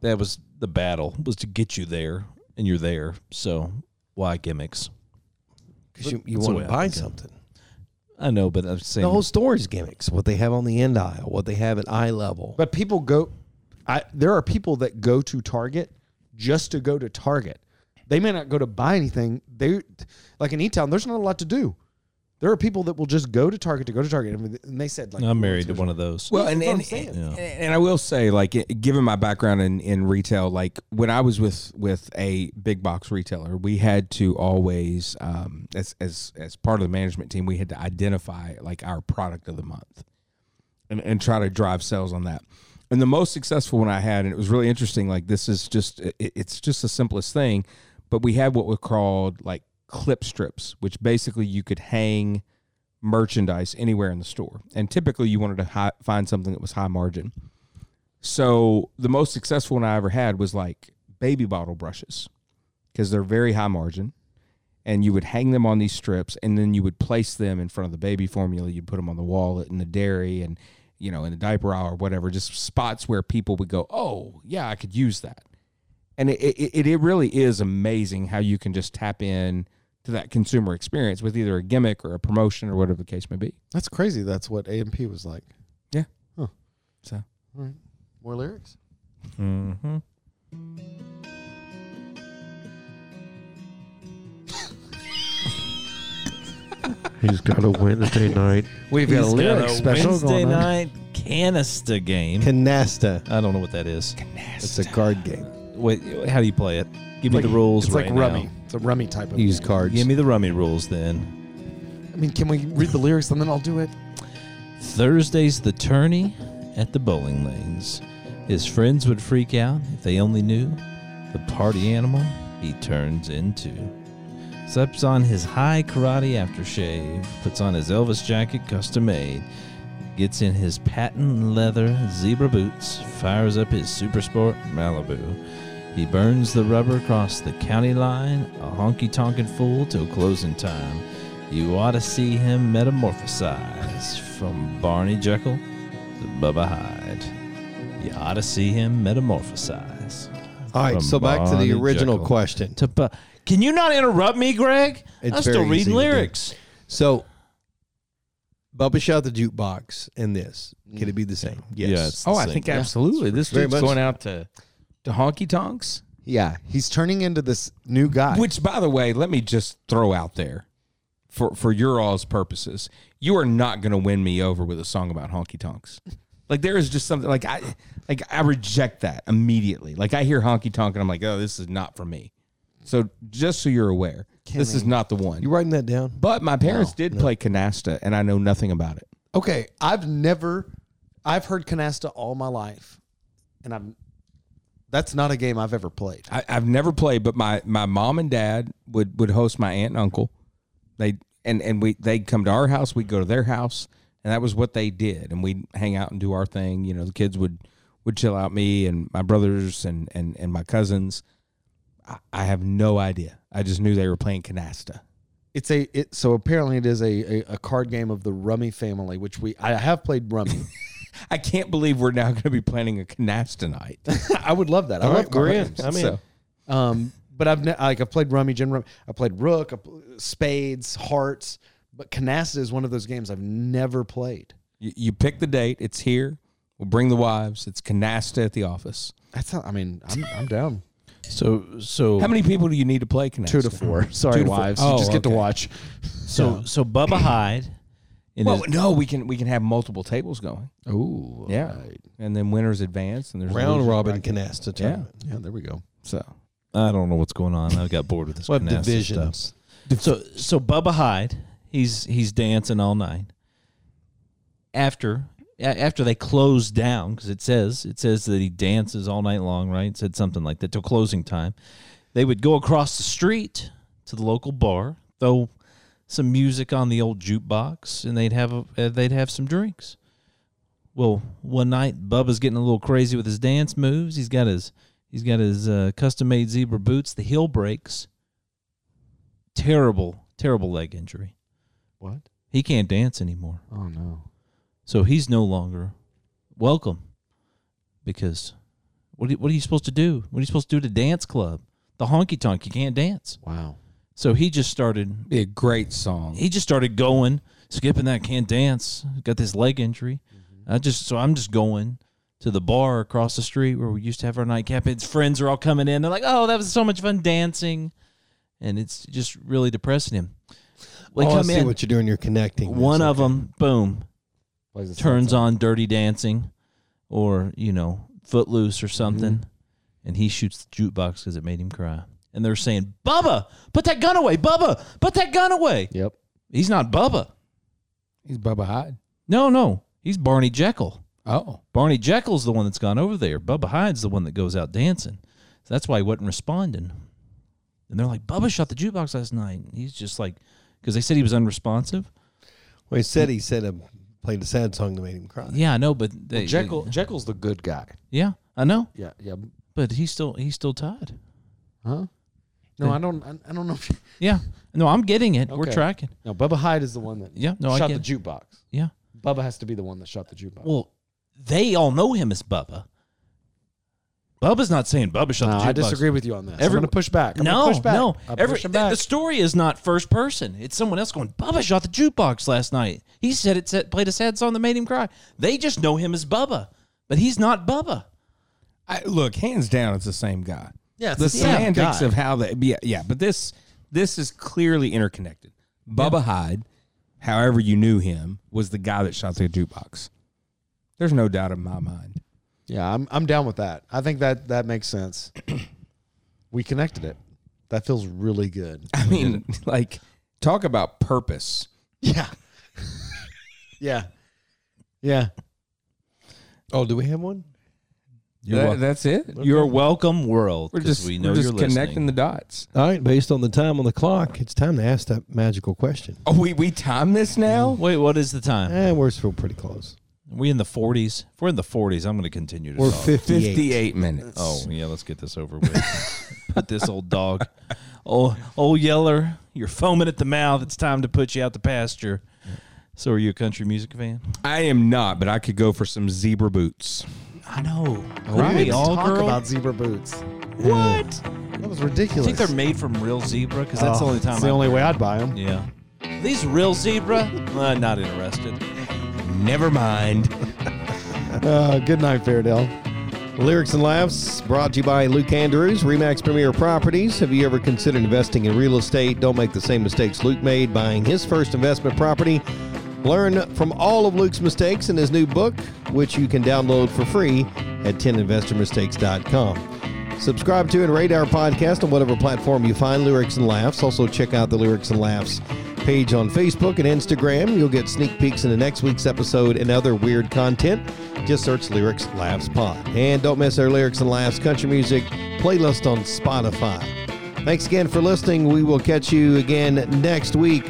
Speaker 3: that was the battle was to get you there, and you're there. So why gimmicks?
Speaker 1: because you, you
Speaker 3: That's the
Speaker 1: want
Speaker 3: way
Speaker 1: to
Speaker 3: I
Speaker 1: buy
Speaker 3: think of it.
Speaker 1: something.
Speaker 3: I know, but I'm saying
Speaker 1: The whole story's gimmicks. What they have on the end aisle, what they have at eye level.
Speaker 2: But people go. I there are people that go to Target just to go to Target. They may not go to buy anything. They like in Etown. There's not a lot to do. There are people that will just go to Target to go to Target, and and they said like
Speaker 3: I'm married to one of those.
Speaker 4: Well, and
Speaker 2: That's what
Speaker 4: and,
Speaker 2: I'm saying.
Speaker 4: and, and I will say, like, i- given my background in, in retail, like when I was with with a big box retailer, we had to always, um, as as as part of the management team, we had to identify like our product of the month, and and try to drive sales on that. And the most successful one I had, and it was really interesting. Like this is just, it, it's just the simplest thing, but we had what were called like clip strips, which basically you could hang merchandise anywhere in the store. And typically you wanted to hi- find something that was high margin. So the most successful one I ever had was like baby bottle brushes because they're very high margin. And you would hang them on these strips and then you would place them in front of the baby formula. You'd put them on the wall in the dairy and, you know, in the diaper aisle or whatever, just spots where people would go, oh, yeah, I could use that. And it, it, it- it really is amazing how you can just tap in to that consumer experience with either a gimmick or a promotion or whatever the case may be.
Speaker 2: That's crazy. That's what A and P was like.
Speaker 4: Yeah.
Speaker 2: Huh.
Speaker 4: So.
Speaker 2: All right. More lyrics.
Speaker 3: Mm-hmm.
Speaker 1: He's got a Wednesday night. We've got a lyric special
Speaker 3: Wednesday
Speaker 1: going on.
Speaker 3: night canasta game.
Speaker 1: Canasta.
Speaker 3: I don't know what that is.
Speaker 1: It's a card game.
Speaker 3: Wait, how do you play it? Give me the rules.
Speaker 2: It's
Speaker 3: right
Speaker 2: like rummy.
Speaker 3: now.
Speaker 2: It's a rummy type of.
Speaker 1: Use
Speaker 2: game.
Speaker 1: cards.
Speaker 3: Give me the rummy rules then.
Speaker 2: I mean, can we read the lyrics and then I'll do it?
Speaker 3: Thursday's the tourney at the bowling lanes. His friends would freak out if they only knew the party animal he turns into. Slips on his high karate aftershave, puts on his Elvis jacket custom made, gets in his patent leather zebra boots, fires up his super sport Malibu. He burns the rubber across the county line, a honky tonkin' fool till closing time. You ought to see him metamorphosize from Barney Jekyll to Bubba Hyde. You ought to see him metamorphosize.
Speaker 1: All right,
Speaker 3: From
Speaker 1: so back to
Speaker 3: Barney
Speaker 1: the original
Speaker 3: Jekyll.
Speaker 1: question.
Speaker 3: To Bu- Can you not interrupt me, Greg?
Speaker 1: It's
Speaker 3: I'm
Speaker 1: very
Speaker 3: still
Speaker 1: easy
Speaker 3: reading
Speaker 1: to do.
Speaker 3: lyrics.
Speaker 1: So, Bubba shot the jukebox and this. Could it be the same? Yes.
Speaker 4: Oh, I think absolutely. This
Speaker 1: Very
Speaker 4: dude's
Speaker 1: much.
Speaker 4: going out to to honky tonks.
Speaker 2: Yeah, he's turning into this new guy.
Speaker 4: Which, by the way, let me just throw out there for for your all's purposes, you are not going to win me over with a song about honky tonks. Like there is just something like I like I reject that immediately. Like I hear honky tonk and I'm like, oh, this is not for me. So just so you're aware, this is not the one.
Speaker 1: You writing that down?
Speaker 4: But my parents did play canasta, and I know nothing about it.
Speaker 2: Okay, I've never, I've heard canasta all my life, and I'm. That's not a game I've ever played.
Speaker 4: I, I've never played, but my my mom and dad would would host my aunt and uncle. They and and we they'd come to our house, we'd go to their house, and that was what they did. And we'd hang out and do our thing. You know, the kids would would chill out, me and my brothers and and and my cousins. I, I have no idea. I just knew they were playing canasta.
Speaker 2: it's a it so apparently it is a, a, a card game of the rummy family which we i have played rummy
Speaker 4: I can't believe we're now going to be planning a canasta tonight.
Speaker 2: i would love that i
Speaker 1: All
Speaker 2: love
Speaker 1: right, we're
Speaker 2: card
Speaker 1: in.
Speaker 2: games.
Speaker 1: I'm in.
Speaker 4: So,
Speaker 2: um but i've ne- like i've played rummy gin rummy i played rook I pl- spades hearts but canasta is one of those games i've never played
Speaker 4: you, you pick the date. It's here. We'll bring the wives. It's canasta at the office.
Speaker 2: that's not, i mean i'm, I'm down
Speaker 3: So so
Speaker 4: How many people do you need to play canasta?
Speaker 2: two to four sorry
Speaker 4: Two to four.
Speaker 2: wives
Speaker 4: Oh,
Speaker 2: you just get to
Speaker 4: okay.
Speaker 2: watch
Speaker 3: so so Bubba Hyde. In
Speaker 4: Well,
Speaker 3: his-
Speaker 4: no, we can we can have multiple tables going.
Speaker 2: oh
Speaker 4: Yeah, and then winners advance, and there's
Speaker 1: Round
Speaker 4: losers.
Speaker 1: robin canasta tournament.
Speaker 2: yeah there we go
Speaker 4: So
Speaker 3: I don't know what's going on. I got bored with this.
Speaker 1: What
Speaker 3: canasta stuff.
Speaker 1: divisions?
Speaker 3: So so Bubba Hyde, he's he's dancing all night. After a- after they close down, because it says it says that he dances all night long, right? It said something like that till closing time. They would go across the street to the local bar, throw some music on the old jukebox, and they'd have a, uh, they'd have some drinks. Well, one night Bubba's getting a little crazy with his dance moves. He's got his he's got his uh, custom made zebra boots. The heel breaks terrible, terrible leg injury.
Speaker 2: what
Speaker 3: He can't dance anymore.
Speaker 2: oh no
Speaker 3: So he's no longer welcome because what are, what are you supposed to do? What are you supposed to do at a dance club? The honky tonk, you can't dance.
Speaker 2: wow
Speaker 3: So he just started
Speaker 4: be a great song.
Speaker 3: he just started going, skipping that can't dance. Got this leg injury. I just so I'm just going to the bar across the street where we used to have our nightcap. His friends are all coming in. They're like, "Oh, that was so much fun dancing," and it's just really depressing him. They
Speaker 1: oh, I
Speaker 3: come
Speaker 1: see
Speaker 3: in,
Speaker 1: what you're doing. You're connecting.
Speaker 3: one
Speaker 1: That's
Speaker 3: of them, boom,
Speaker 2: Plays the
Speaker 3: turns
Speaker 2: sunset.
Speaker 3: on Dirty Dancing, or you know Footloose or something,
Speaker 1: Mm-hmm.
Speaker 3: and he shoots the jukebox because it made him cry. And they're saying, "Bubba, put that gun away! Bubba, put that gun away!"
Speaker 2: yep
Speaker 3: He's not Bubba.
Speaker 4: He's Bubba Hyde.
Speaker 3: No, no, he's Barney Jekyll.
Speaker 4: Oh,
Speaker 3: Barney Jekyll's the one that's gone over there. Bubba Hyde's the one that goes out dancing. So that's why he wasn't responding. And they're like, "Bubba shot the jukebox last night." And he's just like, because they said he was unresponsive.
Speaker 1: Well, he said he said um, played a sad song that made him cry.
Speaker 3: Yeah, I know, but they,
Speaker 2: jekyll jekyll's the good guy
Speaker 3: yeah, I know,
Speaker 2: yeah yeah
Speaker 3: but he's still he's still tied.
Speaker 2: huh no i don't i, I don't know if
Speaker 3: Yeah. No, I'm getting it. We're
Speaker 2: Okay.
Speaker 3: tracking.
Speaker 2: No, Bubba Hyde is the one that
Speaker 3: Yeah, no, I
Speaker 2: shot
Speaker 3: get
Speaker 2: the jukebox.
Speaker 3: Yeah.
Speaker 2: Bubba has to be the one that shot the jukebox.
Speaker 3: Well, they all know him as Bubba. Bubba's not saying Bubba shot
Speaker 2: No,
Speaker 3: the jukebox.
Speaker 2: I disagree with you on this.
Speaker 3: Every-
Speaker 2: I'm going to push back. I'm
Speaker 3: no,
Speaker 2: gonna push back.
Speaker 3: no.
Speaker 2: I'm
Speaker 3: Every,
Speaker 2: pushing
Speaker 3: the,
Speaker 2: back.
Speaker 3: the story is not first person. It's someone else going, Bubba shot the jukebox last night. He said it said, played a sad song that made him cry. They just know him as Bubba, but he's not Bubba.
Speaker 4: I, look, hands down, it's the same guy.
Speaker 2: yeah, it's
Speaker 4: the
Speaker 2: same
Speaker 4: semantics
Speaker 2: guy.
Speaker 4: of how they yeah, yeah but this this is clearly interconnected bubba hyde however you knew him was the guy that shot the jukebox there's no doubt in my mind
Speaker 2: Yeah, I'm I'm down with that. I think that that makes sense. we connected it. That feels really good.
Speaker 4: i mean like talk about purpose
Speaker 2: yeah. yeah. Yeah.
Speaker 1: Oh, do we have one?
Speaker 4: That-
Speaker 3: wel-
Speaker 4: that's it
Speaker 3: Your welcome world.
Speaker 4: we're
Speaker 3: 'cause
Speaker 4: just,
Speaker 3: we know
Speaker 4: we're just
Speaker 3: you're listening.
Speaker 4: connecting the dots
Speaker 1: All right, based on the time on the clock, it's time to ask that magical question.
Speaker 4: oh we, we time this now
Speaker 3: Wait, what is the time?
Speaker 1: Eh, we're still pretty close.
Speaker 3: Are we in the 40s? If we're in the 40s, I'm going to continue to
Speaker 1: We're
Speaker 3: talk.
Speaker 1: 58.
Speaker 4: 58 minutes
Speaker 3: Oh yeah, let's get this over with. put this old dog, old old Yeller, you're foaming at the mouth. It's time to put you out the pasture. So, are you a country music fan?
Speaker 4: i am not but i could go for some zebra boots
Speaker 3: I know.
Speaker 2: Right?
Speaker 3: Really, all
Speaker 2: Talk
Speaker 3: girl.
Speaker 2: about zebra boots.
Speaker 3: what?
Speaker 2: That was
Speaker 3: I
Speaker 2: ridiculous.
Speaker 3: think they're made from real zebra because that's the
Speaker 2: Oh,
Speaker 3: only time.
Speaker 2: It's the
Speaker 3: I-
Speaker 2: only way I'd buy them.
Speaker 3: Yeah. These real zebra? Uh, not interested.
Speaker 4: never mind
Speaker 2: Uh, good night, Fairdale.
Speaker 1: Lyrics and Laughs brought to you by Luke Andrews, Remax Premier Properties. Have you ever considered investing in real estate? Don't make the same mistakes Luke made buying his first investment property. Learn from all of Luke's mistakes in his new book, which you can download for free at 10investormistakes.com. Subscribe to and rate our podcast on whatever platform you find Lyrics and Laughs. Also, check out the Lyrics and Laughs page on Facebook and Instagram. You'll get sneak peeks into next week's episode and other weird content. Just search Lyrics Laughs Pod. And don't miss our Lyrics and Laughs country music playlist on Spotify. Thanks again for listening. We will catch you again next week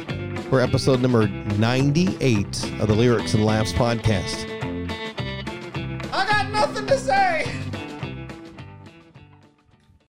Speaker 1: for episode number 98 of the Lyrics and Laughs Podcast.
Speaker 6: I got nothing to say.